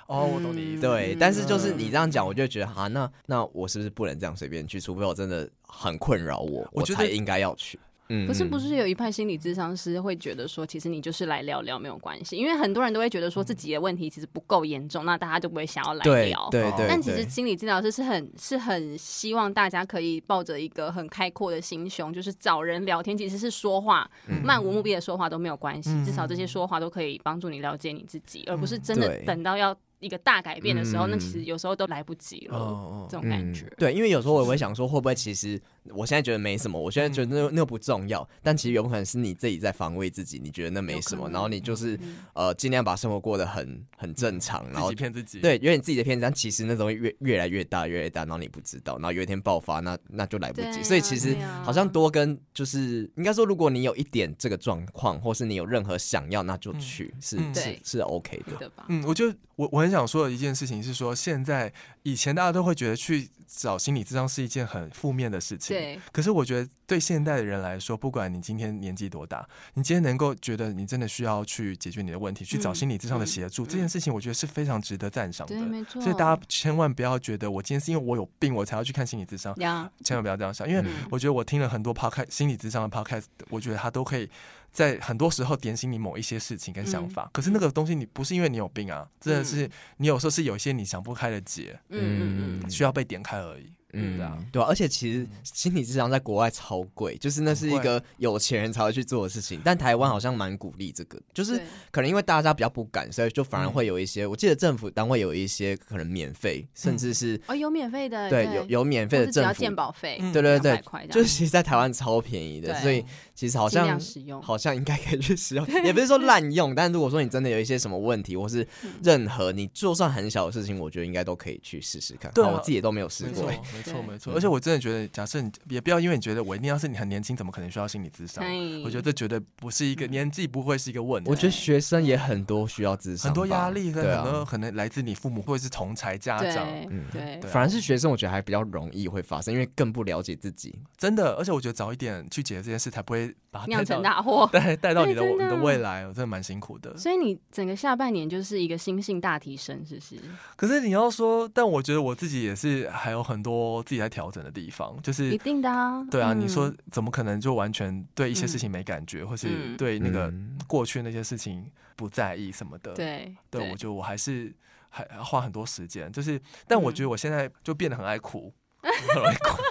哦，我懂你意思。对，嗯但是就是你这样嗯讲，我就觉得啊，那那我是不是不能这样随便去？除非我真的很困扰我，我我觉得才应该要去。嗯不是不是有一派心理咨商师会觉得说，其实你就是来聊聊没有关系，因为很多人都会觉得说自己的问题其实不够严重，那大家就不会想要来对聊。对哦对，但其实对心理治疗师是很是很希望大家可以抱着一个很开阔的心胸，就是找人聊天，其实是说话，嗯漫无目的的说话都没有关系，嗯至少这些说话都可以帮助你了解你自己，而不是真的对等到要一个大改变的时候，嗯那其实有时候都来不及了，哦这种感觉。嗯。对，因为有时候我也会想说，会不会其实我现在觉得没什么，我现在觉得嗯那那不重要，但其实有可能是你自己在防卫自己，你觉得那没什有么，可能嗯然后你就是呃尽量把生活过得很很正常，然嗯自后己骗自己。对，有点自己的偏见，但其实那东西越越来越大，越来越大，然后你不知道，然后有一天爆发，那那就来不及。对啊所以其实对啊好像多跟就是应该说，如果你有一点这个状况，或是你有任何想要，那就去，是嗯是对是 OK 对的。的吧？嗯，我就我我很想说的一件事情是说，现在以前大家都会觉得去找心理咨商是一件很负面的事情，对，可是我觉得，对现代的人来说，不管你今天年纪多大，你今天能够觉得你真的需要去解决你的问题，去找心理智上的协助，这件事情我觉得是非常值得赞赏的嗯对，。没错。所以大家千万不要觉得我今天是因为我有病我才要去看心理智商，呀，千万不要这样想，因为我觉得我听了很多 podcast 心理智商的 podcast，我觉得他都可以在很多时候点醒你某一些事情跟嗯想法。可是那个东西你不是因为你有病啊，真的是你有时候是有一些你想不开的结，嗯嗯嗯需要被点开而已。嗯，对啊对啊，而且其嗯实心理智商在国外超贵，就是那是一个有钱人才会去做的事情，但台湾好像蛮鼓励这个，就嗯，是对嗯可能因为大家比较不敢，所以就反而会有一些，我记得政府单位有一些可能免费，甚至是哦，有免费的，对有有免费或的是只政要府健保费，嗯对对200对块，就是这样其实在台湾超便宜的，对所以其实好尽像量使用。好像应该可以去 [laughs] 使用，也不是说滥用，但如果说你真的有一些什么问题，或是嗯任何你就算很小的事情，我觉得应该都可以去试试看。对啊好我自己也都没有试没过错，欸，没没错对没错。而且我真的觉得，假设你也不要因为你觉得我一定要是你很年轻，怎么可能需要心理咨商？哎我觉得这绝对不是一嗯个年纪，不会是一个问题。我觉得学生也很多需要智商很吧，多压力跟对很啊多可能来自你父母或者是同才家长，对嗯对对啊反而是学生，我觉得还比较容易会发生，因为更不了解自己。真的。而且我觉得早一点去解决这件事，才不会把它带酿成到大祸。带带到你的对真的你的未来，我真的蛮辛苦的。所以你整个下半年就是一个心性大提升，是不是？可是你要说，但我觉得我自己也是还有很多自己在调整的地方，就是一定的啊。对啊，嗯你说怎么可能就完全对一些事情没感觉，或是嗯对那个嗯过去那些事情不在意什么的？，对对我觉得我还是还还花很多时间，就是，但我觉得我现嗯在就变得很爱哭，很爱哭。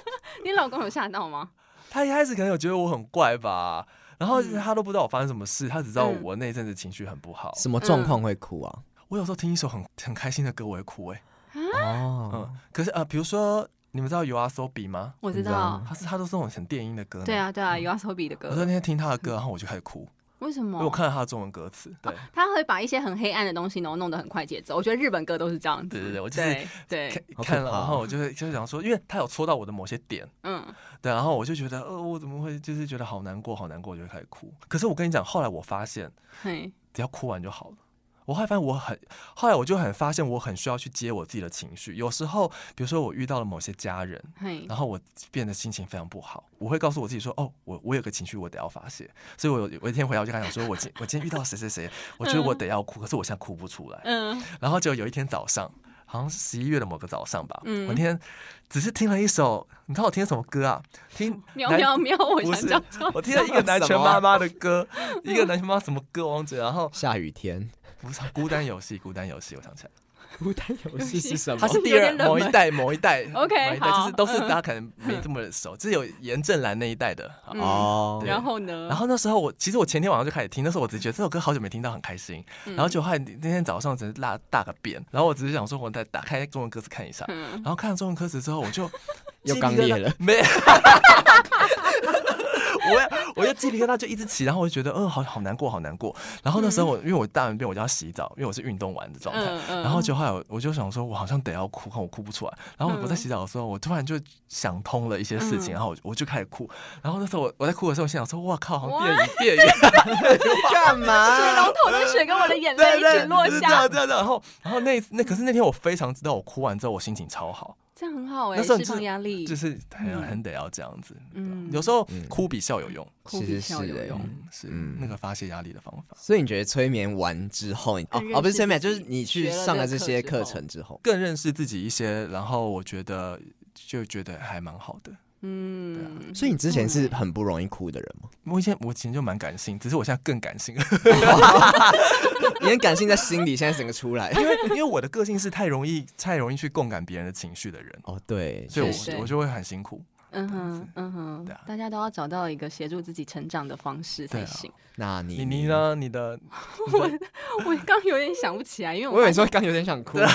你老公有吓到吗？他一开始可能有觉得我很怪吧，然后嗯他都不知道我发生什么事，他只知道嗯我那一阵子情绪很不好。什么状况会哭啊？我有时候听一首很很开心的歌，我会哭、哎，哦，嗯，可是呃，比如说你们知道 You Are So Be 吗？我知你知道道吗，他是他都是那种很电音的歌，嗯对。啊对嗯啊，有阿手比的我说歌，那天听他的歌，然后我就开始哭，为什因为我么？看了他的中文歌词，对，他会把一些很黑暗的东西，然后弄得很快节奏。我觉得日本歌都是这样子。对对对我就是对对，看好可看了，怕然后我就会就想说，因为他有戳到我的某些点，嗯，对，然后我就觉得，呃，我怎么会就是觉得好难过，好难过，就会开始哭。可是我跟你讲，后来我发现，嘿，只要哭完就好了。我后来发现我很，后来我就很发现我很需要去接我自己的情绪。有时候，比如说我遇到了某些家人，嘿，然后我变得心情非常不好，我会告诉我自己说，哦，我我有个情绪，我得要发泄。所以我有我一天回来我就跟他讲说，我今我今天遇到谁谁谁，我觉得我得要哭，可是我现在哭不出来。嗯，然后就有一天早上，好像是十一月的某个早上吧，嗯我那天只是听了一首，你知道我听什么歌啊？听喵南喵喵，我不想是叫叫，我听了一个南拳妈妈的歌，一个南拳妈妈什么歌我忘记了，然后下雨天，不是孤单游戏，孤单游戏，我想起来了， [laughs] 孤单游戏是什它么？是第有二点冷门某一代某一代 OK，某一代就好是都是大 [laughs] 家可能没这么熟，就是有严正兰那一代的。啊嗯哦，然后呢？然后那时候我其实我前天晚上就开始听，那时候我只是觉得这首歌好久没听到，很开心。嗯然后就后来那天早上只是大大个便，然后我只是想说，我再打开中文歌词看一下，嗯然后看了中文歌词之后，我就 [laughs] 又鸡皮刚疙瘩烈了， [laughs] 没。我我就鸡皮疙瘩就一直起，然后我就觉得，嗯，好好难过，好难过。然后那时候我、因为我大完便我就要洗澡，因为我是运动完的状态，嗯嗯然后就后来我我就想说，我好像得要哭，看我哭不出来。然后我在洗澡的时候，我突然就想通了一些事情，嗯然后我就我就开始哭。然后那时候我我在哭的时候，我心想说，哇靠，好哇电影电影。干嘛？头的水跟我的眼对泪一对，起落就是这下样，这样这样。然后，然后那那可是那天我非常知道，我哭完之后我心情超好，这样很好哎，那时候释就是放压力，就是很嗯很得要这样子。嗯有时候哭比笑有用，哭其比实笑是有欸用。嗯，是嗯那个发泄压力的方法。所以你觉得催眠完之后，你哦更认识哦不是催眠，就自己是你去学了上了这这个些课之课后程之后，更认识自己一些，然后我觉得就觉得还蛮好的。啊嗯，所以你之前是很不容易哭的人吗？ [laughs] 我以前我以前就蛮感性，只是我现在更感性了，你很感性在心里，现在整个出来。 [laughs] 因为 [laughs] 因为我的个性是太容易太容易去共感别人的情绪的人，哦，对，所以确是实是我我就会很辛苦。嗯哼，嗯对哼啊，大家都要找到一个协助自己成长的方式才对啊行。那你你你？呢？你 [laughs] 的我刚有点想不起来，因为我以为我说刚有点想哭，啊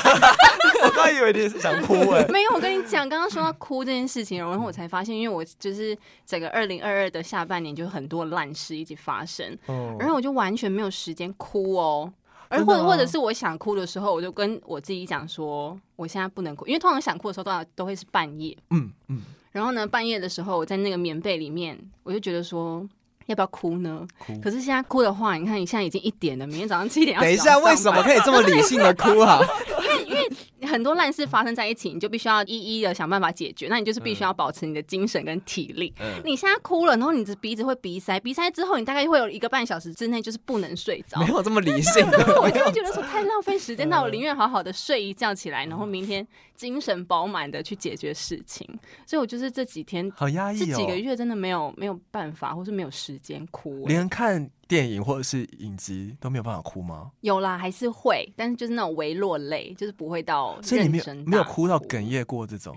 我刚以为你是想 [laughs] 哭哎、没有，我跟你讲，刚刚说到哭这件事情，然后我才发现，因为我就是整个二零二二的下半年就很多烂事一起发生，嗯然后我就完全没有时间哭哦。而真的或吗者或者是我想哭的时候，我就跟我自己讲说，我现在不能哭，因为通常想哭的时候都要都会是半夜。嗯嗯，然后呢，半夜的时候我在那个棉被里面，我就觉得说。要不要哭呢？哭可是现在哭的话，你看你现在已经一点了，明天早上七点要等一起下，床啊为上什班么可以这么理性的哭 [laughs] 啊？很多烂事发生在一起，你就必须要一一的想办法解决。那你就是必须要保持你的精神跟体力。嗯你现在哭了，然后你的鼻子会鼻塞，鼻塞之后你大概会有一个半小时之内就是不能睡 [laughs] 着没。有这么理性的， [laughs] 我就会觉得说太浪费时间，那我宁愿好好的睡一觉起来，然后明天精神饱满的去解决事情。所以我就是这几天、好压抑这哦、几个月真的没有没有办法，或是没有时间哭、欸连看电影或者是影集都没有办法哭吗？有啦，还是会，但是就是那种微落泪，就是不会到所以你认没有真没有大嗯哭到哽咽过这种，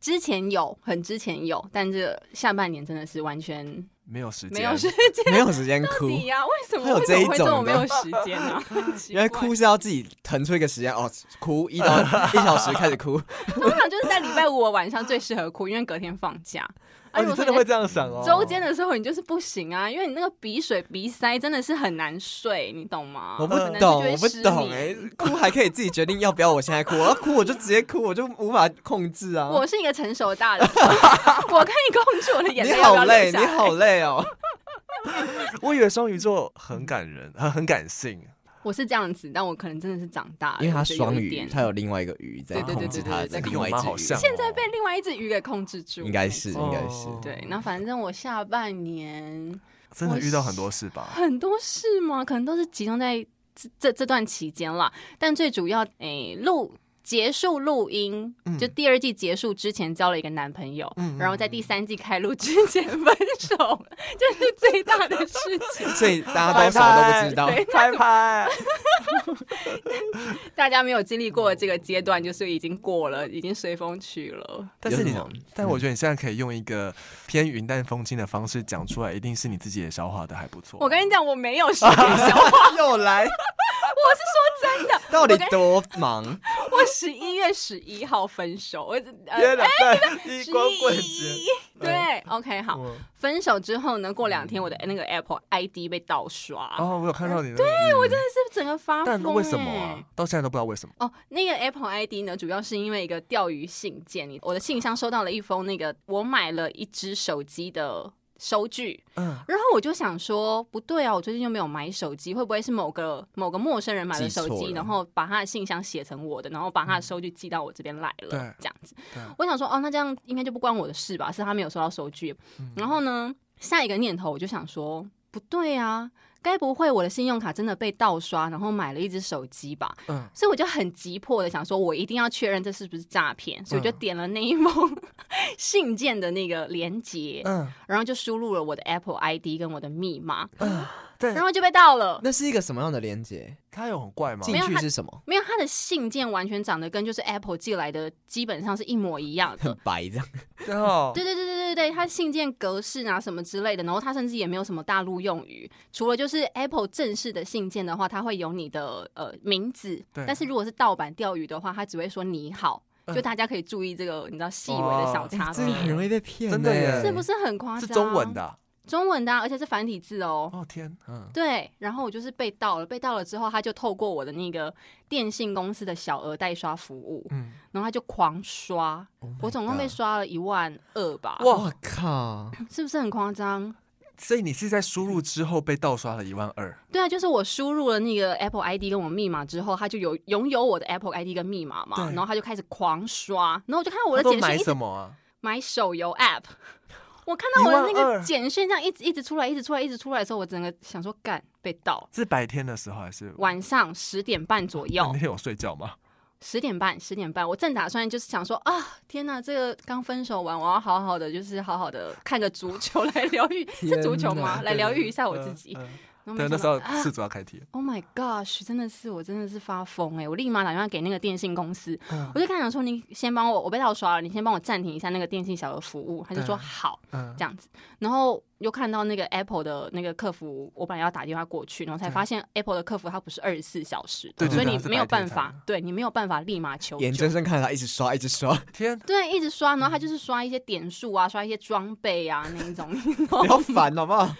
之前有，很之前有，但这下半年真的是完全没有时间，没有时间，没有时间哭。你呀、为什么会有为什么这一会这么种的没有时间 [laughs] 呢、啊？奇原来怪哭是要自己腾出一个时间哦，哭一 [laughs] 到一小时开始哭。通常就是在礼拜五的晚上最适合哭，因为隔天放假。啊，哦，如你果真说的会你这样想哦？在周间的时候，你就是不行啊，因为你那个鼻水、鼻塞真的是很难睡，你懂吗？我不 [laughs] 可能就懂，会我不失懂眠哎、哭还可以自己决定要不要。我现在哭，我要哭我就直接哭，我就无法控制啊。我是一个成熟的大人， [laughs] 我可以控制我的眼你泪要好不要累，流你下来。好累 [laughs] 哦。我以为双鱼座很感人，很很感性。我是这样子，但我可能真的是长大了，因为他我觉啊得有双一鱼，点他有另外一个鱼在对对控对制对他的对另对跟我外一妈只好鱼。像哦现在被另外一只鱼给控制住，应该是，没应错该是。哦对，那反正我下半年真的遇到很多事吧？很多事嘛，可能都是集中在这这这段期间啦。但最主要，诶、录结束录音，就嗯第二季结束之前交了一个男朋友，然后在第三季开录之前 [laughs] 分手，这是最大的事情。 [laughs] 所以大家都什么都不知道。 [laughs] 对 [laughs] 拍拍，大家没有经历过的这个阶段，就是已经过了，已经随风去了。但是有你什么，但我觉得你现在可以用一个偏云淡风轻的方式讲出来，一定是你自己也消化的还不错。我跟你讲，我没有时间消化，又来，我是说真的，到底我跟多忙？我十一月十一号分手，我呃天哪，对，十衣光棍节一，对，OK，好，嗯分手之后呢，过两天我的呃那个 Apple ID 被盗刷，哦，我有看到你的，对我真的，这是整个发疯、但欸。为什么啊？到现在都不知道为什么。哦，那个 Apple ID 呢，主要是因为一个钓鱼信件，你我的信箱收到了一封那个我买了一只手机的收据，嗯然后我就想说，不对啊，我最近又没有买手机，会不会是某个某个陌生人买了手记错机，了嗯然后把他的信箱写成我的，然后把他的收据寄到我这边来了，对这样子对。我想说，哦，那这样应该就不关我的事吧，是他没有收到收据。嗯然后呢，下一个念头我就想说，不对啊。该不会我的信用卡真的被盗刷，然后买了一只手机吧？嗯所以我就很急迫的想说，我一定要确认这是不是诈骗，所以我就嗯点了那一封 [laughs] 信件的那个连接，嗯，然后就输入了我的 Apple ID 跟我的密码，对啊然，后就被盗了。那是一个什么样的连接？他有很怪吗？进没有去它是什么？没有，他的信件完全长得跟就是 Apple 寄来的基本上是一模一样 [laughs] 很。的白这样，然后哦对对对对对对，他信件格式啊什么之类的，然后他甚至也没有什么大陆用语，除了就是 Apple 正式的信件的话，它会有你的呃名字，对但是如果是盗版钓鱼的话，它只会说你好，嗯哎就大家可以注意这个你知道细微的小差这。别个很容易被骗欸呢，真的耶是不是很夸张？是中文，的啊。中文的啊、而且是繁体字哦。哦天，嗯，对，然后我就是被盗了，被盗了之后，他就透过我的那个电信公司的小额代刷服务，嗯然后他就狂刷，Oh 我总共被刷了一万二吧，哇靠！是不是很夸张？所以你是在输入之后被盗刷了一万二，对啊，就是我输入了那个 Apple ID 跟我密码之后，他就有拥有我的 Apple ID 跟密码嘛，对然后他就开始狂刷，然后我就看到我的他简都买讯一直什么啊？买手游 App，我看到我的那个12,000简讯这样一直一直出来，一直出来，一直出来的时候，我整个想说干被盗。是白天的时候还是？晚上十点半左那右你那，天有睡觉吗？十点半，十点半，我正打算就是想说啊，天哪，这个刚分手完，我要好好的，就是好好 [laughs] 的看个足球来疗愈，天是足球吗？哪啊来疗愈一下我自己。嗯嗯然后对，没那想时到候啊是主要开题。 ，Oh my gosh，真的是我真的是发疯哎、我立马打电话给那个电信公司，嗯我就跟他讲说，你先帮我，我被盗刷了，你先帮我暂停一下那个电信小额服务。他就说对好，嗯这，样子。然后又看到那个 Apple 的那个客服，我本来要打电话过去，然后才发现 Apple 的客服它不是二十四小时的，对对所以对你它是没有白天办才法，对你没有办法立马求眼救睁。睁看着他一直刷，一直刷，天，对，一直刷，然后他嗯就是刷一些点数啊，刷一些装备啊那一种， [laughs] 不要烦好不 [laughs] 好？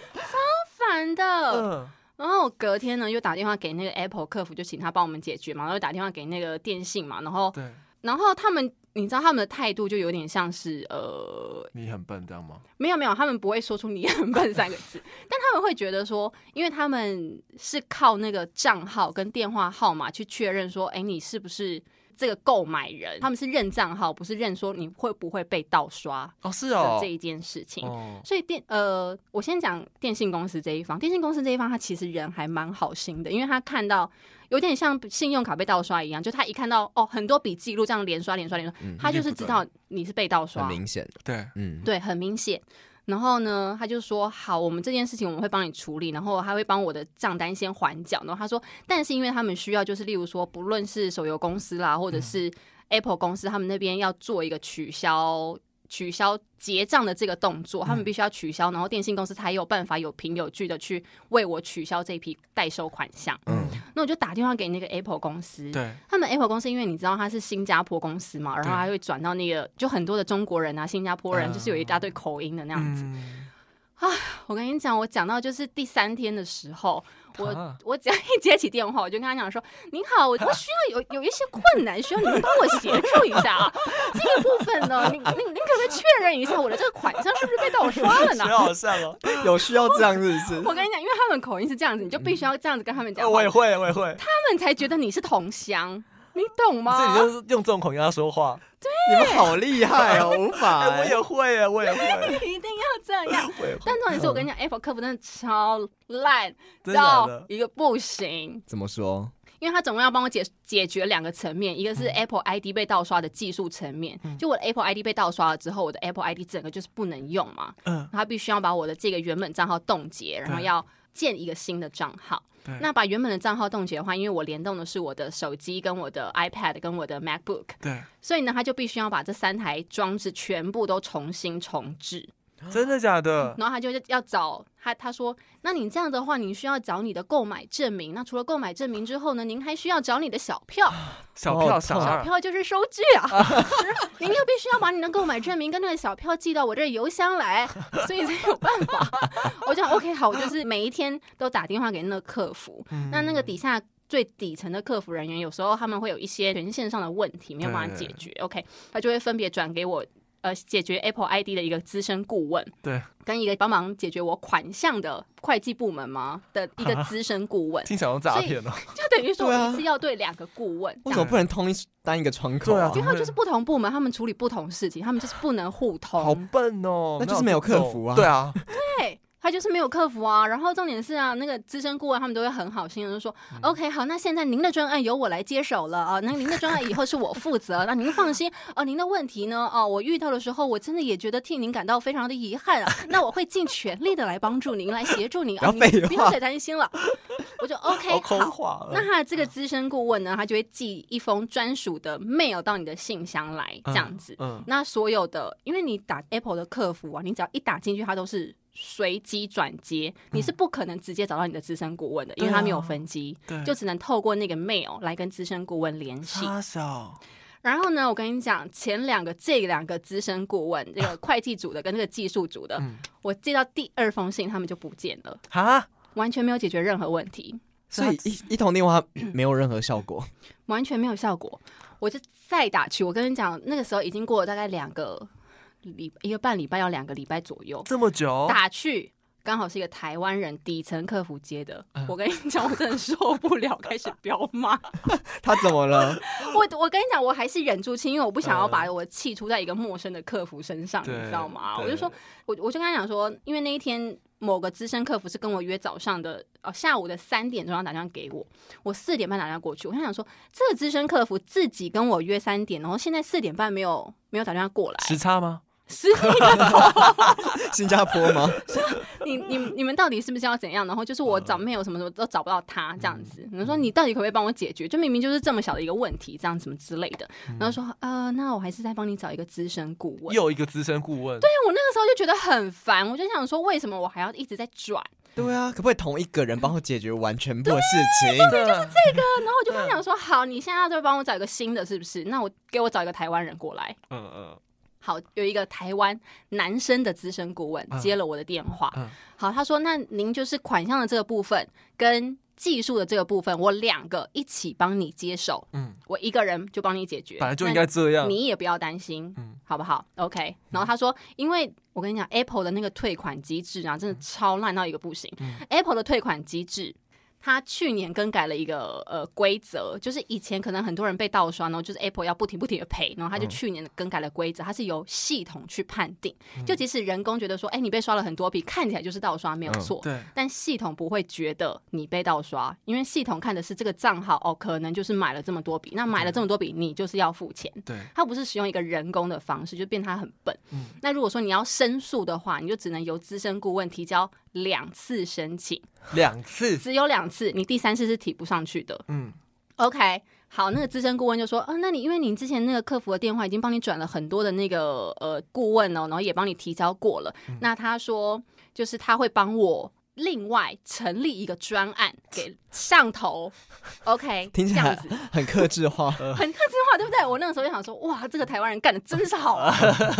烦的。嗯，然后我隔天呢，又打电话给那个 Apple 客服，就请他帮我们解决嘛，然后又打电话给那个电信嘛，然后对然后他们，你知道他们的态度就有点像是呃，你很笨，这样吗？没有没有，他们不会说出“你很笨”三个字，但他们会觉得说，因为他们是靠那个账号跟电话号码去确认说，哎，你是不是这个购买人？他们是认账号，不是认说你会不会被盗刷哦，是的哦这，一件事情。哦，所以电呃，我先讲电信公司这一方，电信公司这一方，他其实人还蛮好心的，因为他看到有点像信用卡被盗刷一样，就他一看到哦很多笔记录这样连刷连刷连刷，他就是知道你是被盗很刷，明显的，对，嗯，对，很明显。然后呢，他就说好，我们这件事情我们会帮你处理，然后还会帮我的账单先还缴。然后他说，但是因为他们需要，就是例如说，不论是手游公司啦，或者是 Apple 公司，他们那边要做一个取消。取消结账的这个动作，他们必须要取消，然后电信公司才有办法有凭有据的去为我取消这批代收款项。嗯， [laughs] 那我就打电话给那个 Apple 公司，对，他们 Apple 公司，因为你知道它是新加坡公司嘛，然后它会转到那个就很多的中国人啊、新加坡人，嗯就是有一大堆口音的那样子。嗯，我跟你讲，我讲到就是第三天的时候，我啊我只要一接起电话，我就跟他讲说：“您好，我我需要有有一些困难，需要你们帮我协助一下啊，这个部分呢，您您您可不可以确认一下我的这个款项是不是被盗刷了呢？”好 [laughs] 笑哦！有需要这样是不是？我跟你讲，因为他们口音是这样子，你就必须要这样子跟他们讲，呃话，我也他会，我也会，们才觉得你是同乡，你懂吗？所以你就是用这种口音跟他说话。你们好厉害哦，无法哎，欸。我也会耶，我也会， [laughs] 一定要这样。我也会。但重点是我跟你讲，Apple 客服真的超烂真的假到的一个不行，怎么说？因为他总共要帮我解解决两个层面，一个嗯是 Apple ID 被盗刷的技术层面，就我的 Apple ID 被盗刷了之后，我的 Apple ID 整个就是不能用嘛，嗯他必须要把我的这个原本账号冻结，然后要建一个新的账号对。那把原本的账号冻结的话，因为我联动的是我的手机、跟我的 iPad、跟我的 MacBook，对，所以呢，他就必须要把这三台装置全部都重新重置。真的假的？然后他就要找他，他说：“那你这样的话，你需要找你的购买证明。那除了购买证明之后呢，您还需要找你的小票，小好票痛啥小啊？票就是收据啊。就是您要必须要把你的购买证明跟那个小票寄到我这邮箱来，所以才有办法。我讲 OK 好，我就是每一天都打电话给那个客服，那嗯那个底下。”最底层的客服人员，有时候他们会有一些权限上的问题没有办法解对决。OK，他就会分别转给我，呃，解决 Apple ID 的一个资深顾问。对，跟一个帮忙解决我款项的会计部门吗的一个资深顾问，听起来像诈骗哦。就等于说对啊我一次要对两个顾问这为样。什么不能通一单一个窗口啊因为对啊他们就是不同部门，他们处理不同事情，他们就是不能互好通。笨嗯哦，那就是没有这种客服啊对啊，对，哎他就是没有客服啊。然后重点是啊，那个资深顾问他们都会很好心的就说、o 嗯 k 好，那现在您的专案由我来接手了啊，那您的专案以后是我 [laughs] 负责，那您放心哦。您的问题呢，哦，我遇到的时候，我真的也觉得替您感到非常的 [laughs] 遗憾啊。那我会尽全力的来帮助您，来协助您啊，不要您废不要话再担心了。 [laughs] [laughs] 我就 OK，好空好，话嗯那了。他的这个资深顾问呢，他就会寄一封专属的 mail 到你的信箱来，这样子。嗯，那所有的，因为你打 Apple 的客服啊，你只要一打进去，它都是随机转接，你是不可能直接找到你的资深顾问的，因为嗯对啊它没有分机，对啊就只能透过那个 mail 来跟资深顾问联系。傻小，然后呢，我跟你讲，前两个这两个资深顾问，这 [laughs] 个会计组的跟这个技术组的，嗯我接到第二封信，他们就不见了，哈，完全没有解决任何问题。所以一一通电话没有任何效果。完全没有效果。我就再打去，我跟你讲，那个时候已经过了大概两个礼，一个半礼拜要两个礼拜左右，这么哦久，打去。刚好是一个台湾人底层客服接的，嗯我跟你讲，我真的受不了，开始飙 [laughs] 骂。他怎么了？我我跟你讲，我还是忍住气，因为我不想要把我气出在一个陌生的客服身上，对你知道吗？对我就说，我我就跟他讲说，因为那一天某个资深客服是跟我约早上的哦下午的三点钟要打电话给我，我四点半打电话过去，我想想说，这个资深客服自己跟我约三点，然后现在四点半没有没有打电话过来，时差吗？十点新加坡吗？ [laughs] 你你你们到底是不是要怎样？然后就是我找没有什么什么都找不到他这样子。你们说你到底可不可以帮我解决？就明明就是这么小的一个问题，这样什么之类的。然后说呃，那我还是再帮你找一个资深顾问。又一个资深顾问，但我那个时候就觉得很烦，我就想说为什么我还要一直在转？对啊，可不可以同一个人帮我解决完全部的事情？对，啊就是然后我就跟他讲说，好，你现在要再帮我找一个新的，是不是？那我给我找一个台湾人过来。嗯嗯，好，有一个台湾男生的资深嗯顾问接了我的电话。嗯好，他说：“那您就是款项的这个部分跟技术的这个部分，我两个一起帮你接手。嗯嗯，我一个人就帮你解决，本来就应该这那样。你也不要担心，嗯好不好？OK。然后他说，因为我跟你讲，Apple 的那个退款机制啊，真的超烂到一个不行。Apple 的退款机制。它去年更改了一个呃规则，就是以前可能很多人被盗刷，然后就是 Apple 要不停不停的赔，然后它就去年更改了规则，它是由系统去判定，就即使人工觉得说，哎、你被刷了很多笔，看起来就是盗刷没有错，对，但系统不会觉得你被盗刷，因为系统看的是这个账号哦，可能就是买了这么多笔，那买了这么多笔，你就是要付钱。对，它不是使用一个人工的方式，就变它很笨。嗯那如果说你要申诉的话，你就只能由资深顾问提交两次申请，两次只有两次，你第三次是提不上去的。嗯， OK，好，那个资深顾问就说，啊，那你因为你之前那个客服的电话已经帮你转了很多的那个呃顾问哦，然后也帮你提交过了。嗯那他说，就是他会帮我另外成立一个专案给上头，OK，听起这来样子。很克制化。 [laughs] 很克制化，对不对？我那个时候就想说，哇，这个台湾人干的真是好啊！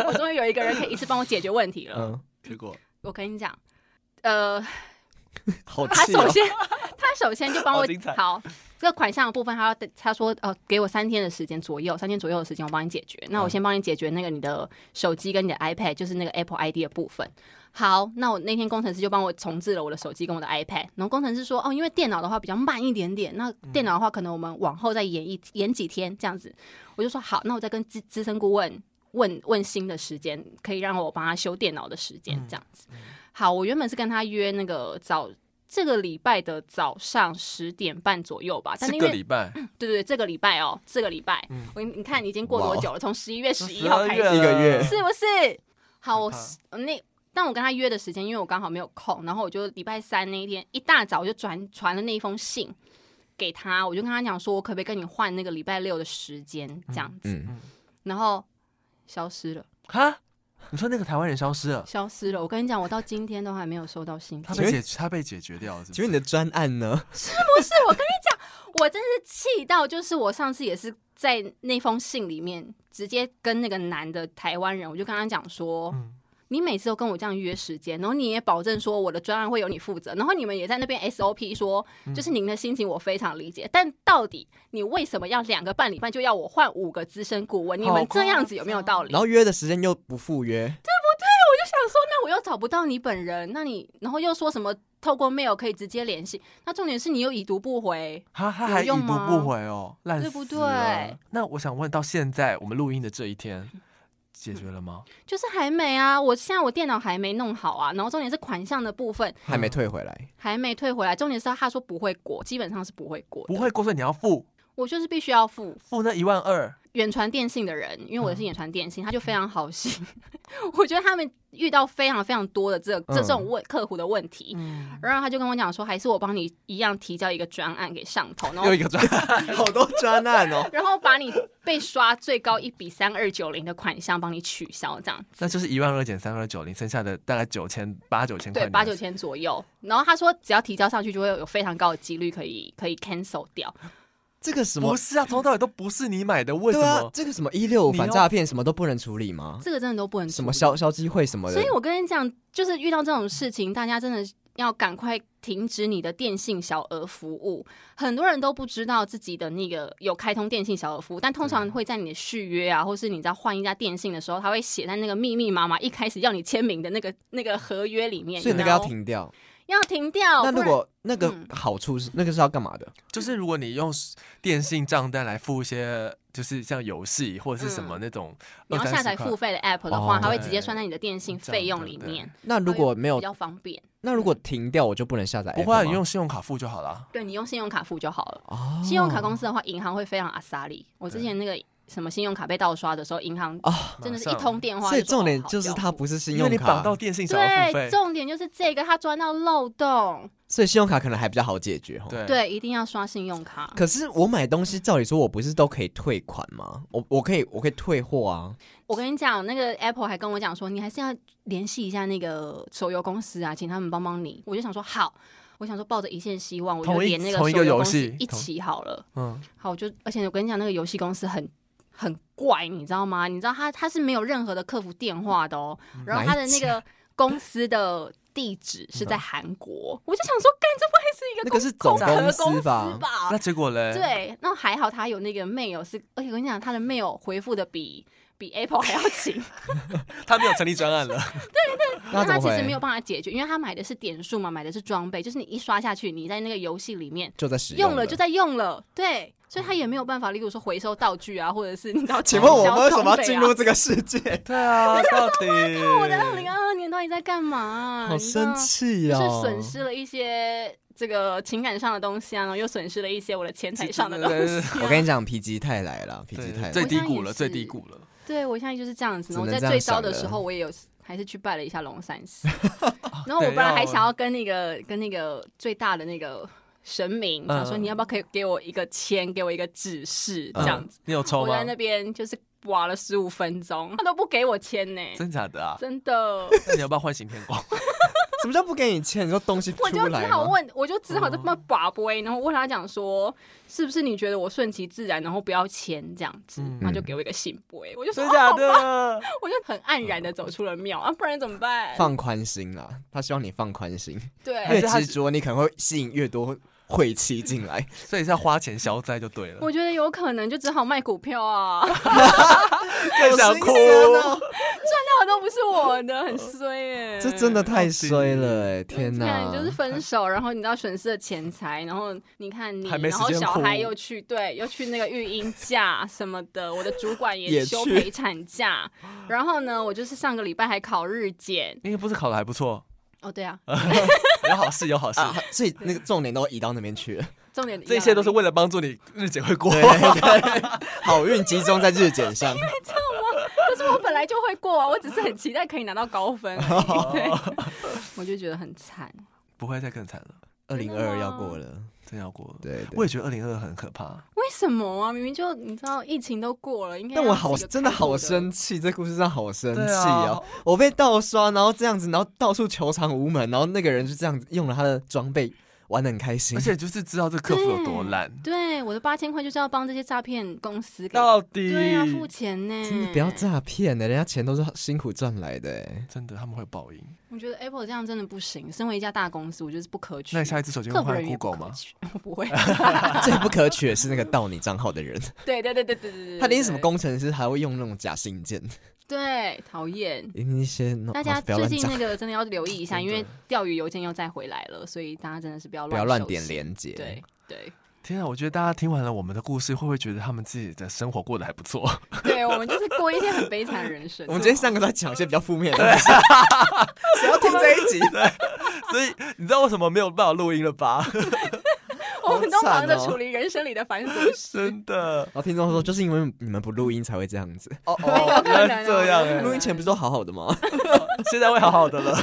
我终于有一个人可以一次帮我解决问题了。嗯，结果我跟你讲，呃，好他气首哦。先，他首先就帮好我精彩好这个款项的部分，他要他说呃，给我三天的时间左右，三天左右的时间我帮你解决。那我先帮你解决那个你的手机跟你的 iPad，就是那个 Apple ID 的部分。好，那我那天工程师就帮我重置了我的手机跟我的 iPad。然后工程师说，哦，因为电脑的话比较慢一点点，那电脑的话可能我们往后再延一延几天这样子。我就说好，那我再跟资资深顾问问问新的时间，可以让我帮他修电脑的时间这样子。好，我原本是跟他约那个早这个礼拜的早上十点半左右吧，但这因个为礼拜对对对，这个礼拜哦，这个礼拜，我跟你你看已经过多久了？从十一月十一号开始，一个月是不是？好，我可怕是那但我跟他约的时间，因为我刚好没有空，然后我就礼拜三那一天一大早我就转传了那一封信给他，我就跟他讲说，我可不可以跟你换那个礼拜六的时间这样子，嗯，然后消失了，哈，你说那个台湾人消失了，消失了。我跟你讲，我到今天都还没有收到信他息，被解他被解决掉了是不是，请问你的专案呢？不是，我跟你讲，我真是气到，就是我上次也是在那封信里面直接跟那个男的台湾人，我就跟他讲说。嗯你每次都跟我这样约时间，然后你也保证说我的专案会由你负责，然后你们也在那边 SOP 说，嗯就是您的心情我非常理解，但到底你为什么要两个半礼拜就要我换五个资深顾问？你们这样子有没有道理？然后约的时间又不赴约，就想说，那我又找不到你本人，那你然后又说什么透过 mail 可以直接联系，那重点是你又已读不回，他他有还已读用吗不回哦，烂对不死了对？那我想问，到现在我们录音的这一天，解决了吗？就是还没啊，我现在我电脑还没弄好啊，然后重点是款项的部分还没退回来。还没退回来，重点是他说不会过，基本上是不会过的，不会过税，你要付我就是必须要付付那一万二，远传电信的人，因为嗯我是远传电信，他就非常好心， [laughs] 我觉得他们遇到非常非常多的这嗯这种问客户的问题，然后他就跟我讲说，还是我帮你一样提交一个专案给上头，然后。[laughs] 又一个专，好多专案哦 [laughs] 然后把你被刷最高一比三二九零的款项帮你取消，这样 [laughs] 那就是一万二减三二九零，剩下的大概九千八九千块，对八九。千左右。然后他说，只要提交上去，就会有非常高的几率可以可以 cancel 掉。啊这个什么不？是啊，从头到尾都不是你买的，为什对啊么，？这个什么一六你要反诈骗什么都不能处理吗？这个真的都不能什么啊处理消消基会什么的？所以我跟你讲，就是遇到这种事情，大家真的要赶快停止你的电信小额服务。很多人都不知道自己的那个有开通电信小额服务，但通常会在你的续约啊，或是你在换一家电信的时候，他会写在那个密密麻麻一开始要你签名的那个那个合约里面。所以那个你知道要吗停掉。要停掉。那不如然果那个嗯好处是那个是要干嘛的？就是如果你用电信账单来付一些，就是像游戏或者是什么那种嗯你要二三下十载块，付费的 app 的话，哦它会直接算在你的电信费用里对对面，那如果没比有，较方便。那如果停掉，我就不能下载 app 吗。不会啊，你用信用卡付就好了。对你用信用卡付就好了。哦信用卡公司的话，银行会非常阿萨里。我之前那个什么信用卡被盗刷的时候，银行啊，真的是马一上通电话。哦所以重点就是它他不是信因为用你绑到卡，电信想要对，付费，重点就是这个他钻到漏洞。所以信用卡可能还比较好解决哈。。对，对，一定要刷信用卡。可是我买东西，照理说我不是都可以退款吗？我我可以我可以退货啊。我跟你讲，那个 Apple 还跟我讲说，你还是要联系一下那个手游公司啊，请他们帮帮你。我就想说好，我想说抱着一线希望，我就同一连那同一个手游游公司戏一起好了。嗯，好，我就而且我跟你讲，那个游戏公司很很怪，你知道吗？你知道他他是没有任何的客服电话的哦，嗯然后他的那个公司的地址是在韩国，我就想说，干这不会是一个嗯那公个是总空壳公公司吧那结果嘞？，对，那还好他有那个 mail 是，而且我跟你讲，他的 mail 回复的比比 Apple 还要 [laughs] 勤，他没有成立专案 [laughs] 了。那怎那他么其实回？没有办法解决，因为他买的是点数嘛，买的是装备，就是你一刷下去，你在那个游戏里面就在使用了嗯了就。在用了，对，所以他也没有办法，例如说回收道具啊，或者是你知 [laughs] 道，请问我取消们为什么要装备进啊入？这个世界？对啊，到底我的二零二二年到底在干嘛 [laughs] 啊、好你知道生气就哦！是损失了一些这个情感上的东西啊，然后又损失了一些我的钱财上的东西。啊我跟你讲，皮吉太来了，皮吉太来最了。低谷我了，现在最也是低谷了。对我现在就是这样子，只能我在这样最糟想的了时候，我也有还是去拜 [laughs] 了一下龙山寺。然后我本来还想要跟那个跟那个最大的那个神明，嗯想说你要不要可以给我一个签，给我一个指示这嗯样子。你有抽我吗在？那边就是挖了十五分钟，他都不给我签呢、真假 [laughs] 的啊？[laughs] 真的，那你要不要唤醒天光？什么叫不给你钱？你说东西出我就不只来好吗？哦问，我就只好这么把杯，然后问他讲说，是不是你觉得我顺其自然，然后不要签这样子，嗯他就给我一个信杯，我就说真哦假好吧，的？我就很黯然的走出了庙啊，不然怎么办？放宽心啦，他希望你放宽心，对，越执着你可能会吸引越多晦气进 [laughs] 来。所以是要花钱消灾就对了。我觉得有可能就只好卖股票啊， [laughs] 更想哭哦哦那都不是我的，很衰耶、这真的太衰了哎！天哪，啊你就是分手，然后你知道损失了钱财，然后你看你，还没然时后间小孩哭又去对，又去那个育婴假什么的，我的主管也也休去陪产假，然后呢，我就是上个礼拜还考日检，因为不是考的还不错，哦对啊，有好事有好事，啊，所以那个重点都移到那边去了，重点这些都是为了帮助你日检会过。 [laughs] 对 [laughs] 对对， [laughs] 好运集中在日检 [laughs] 上。就是我本来就会过啊，我只是很期待可以拿到高分而已，对，我就觉得很惨，不会再更惨了，二零二二要过哦了，真要过了。对，对我也觉得二零二很可怕。为什么啊？明明就你知道疫情都过了，应该但我啊要是好一个真的开阔好生气，这故事上好生气对啊啊！我被盗刷，然后这样子，然后到处求偿无门，然后那个人就这样子用了他的装备玩的很开心而，且就是知道这客服有多烂，对，我的八千块就是要帮这些诈骗公司给，到底对啊，付钱呢。真的不要诈骗欸的，人家钱都是辛苦赚来的 [laughs] 欸。真的他们会报应。我觉得 Apple 这样真的不行，身为一家大公司，我觉得是不可取。那你下一次手机会客服换人员 Google 吗？？我 [laughs] [laughs] 不会。 [laughs] 最不可取的是那个盗你账号的人，对对对对对对对，他连什么工程师还会用那种假信件，对讨厌。一定一些大家啊哦不要最乱近那讲，个真的要留意 [laughs] 一下，真因的为钓鱼邮件又再回来了，所以大家真的是不要不要乱乱收点信。连接。对对天啊，我觉得大家听完了我们的故事，会不会觉得他们自己的生活过得还不错？ [laughs] 对，我们就是过一些很悲惨的人生。我们今天上个都在讲一些比较负 [laughs] 面的东西，谁要听这 [laughs] 一集？ [laughs] 所以你知道为什么没有办法录音了吧？ [laughs] 我们都好惨忙着哦处理人生里的繁琐 [laughs] 事。真的，然后哦听众说，就是因为你们不录音才会这样 [laughs] 子。哦有哦，可原能来哦是这样有可能哎，录音前不是都好好的吗？ [laughs] 现在会好好的了。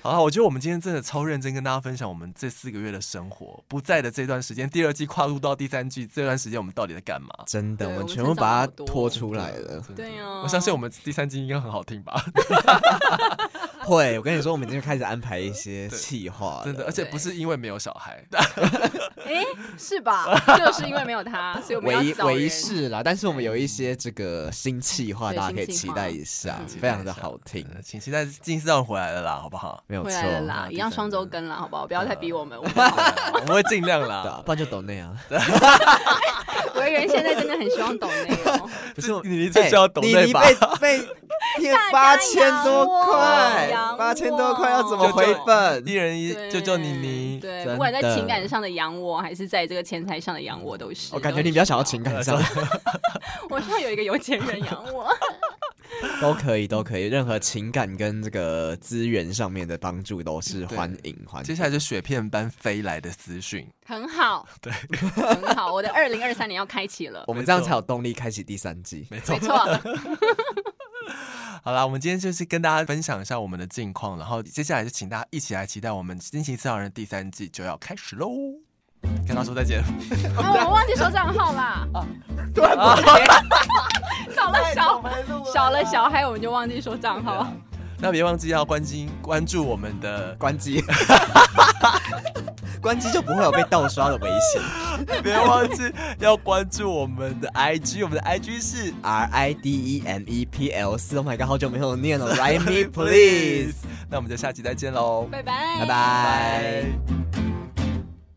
好啊，我觉得我们今天真的超认真跟大家分享我们这四个月的生活，不在的这段时间，第二季跨入到第三季这段时间，我们到底在干嘛？ [laughs] 真的，对们我们全部把它成长好多拖出来了。真的对啊，我相信我们第三季应该很好听吧，会，我跟你说，我们已经开始安排一些 [laughs] 企划了，真的，而且对不是因为没有小孩，哎，[laughs] 是吧？就是因为没有他，所以我们为要找为人。是啦。但是我们有一些这个新企划，对大家可以新企期划待一下，嗯非常的好听， [laughs] 呃请期待金丝让回来了啦，好不好？没有回错。啊来了啦，第一样三双周个更啦，好不好？不要再逼我们。我们啊我们会尽量对啦。啊，不然就抖内啊！为人现在真的很希望懂内哦 [laughs] 容，不是我 [laughs] 你你最需要抖哎你内你吧？ [laughs] 被被骗八千多块大家养我，八千多块要怎么就回本？一人一对就就你你，对，真不管在的情感上的养我，还是在这个钱财上的养我，都是。我感觉都你比较想要情感 [laughs] 上，是， [laughs] 我需要有一个有钱人养 [laughs] 我。都可以，都可以，任何情感跟这个资源上面的帮助都是欢迎欢迎。接下来就雪片般飞来的私讯，很好，对，很好。我的二零二三年要开启了，我们这样才有动力开启第三季。没错没。错， [laughs] 好啦，我们今天就是跟大家分享一下我们的近况，然后接下来就请大家一起来期待我们《惊奇四号人》第三季就要开始喽。跟大家说再见，啊，我忘记收账号啦，啊对吧？ [laughs] 少了小少了小孩，我们就忘记收账啊号。那别忘记要关心关注我们的关机，关机就不会有被盗刷的危险。别忘记要关注我们的 IG，我们的 IG 是 R I D E M E P L 四，Oh my god，好久没有念了。Write me please，。那我们就下期再见喽，拜拜，拜。拜。拜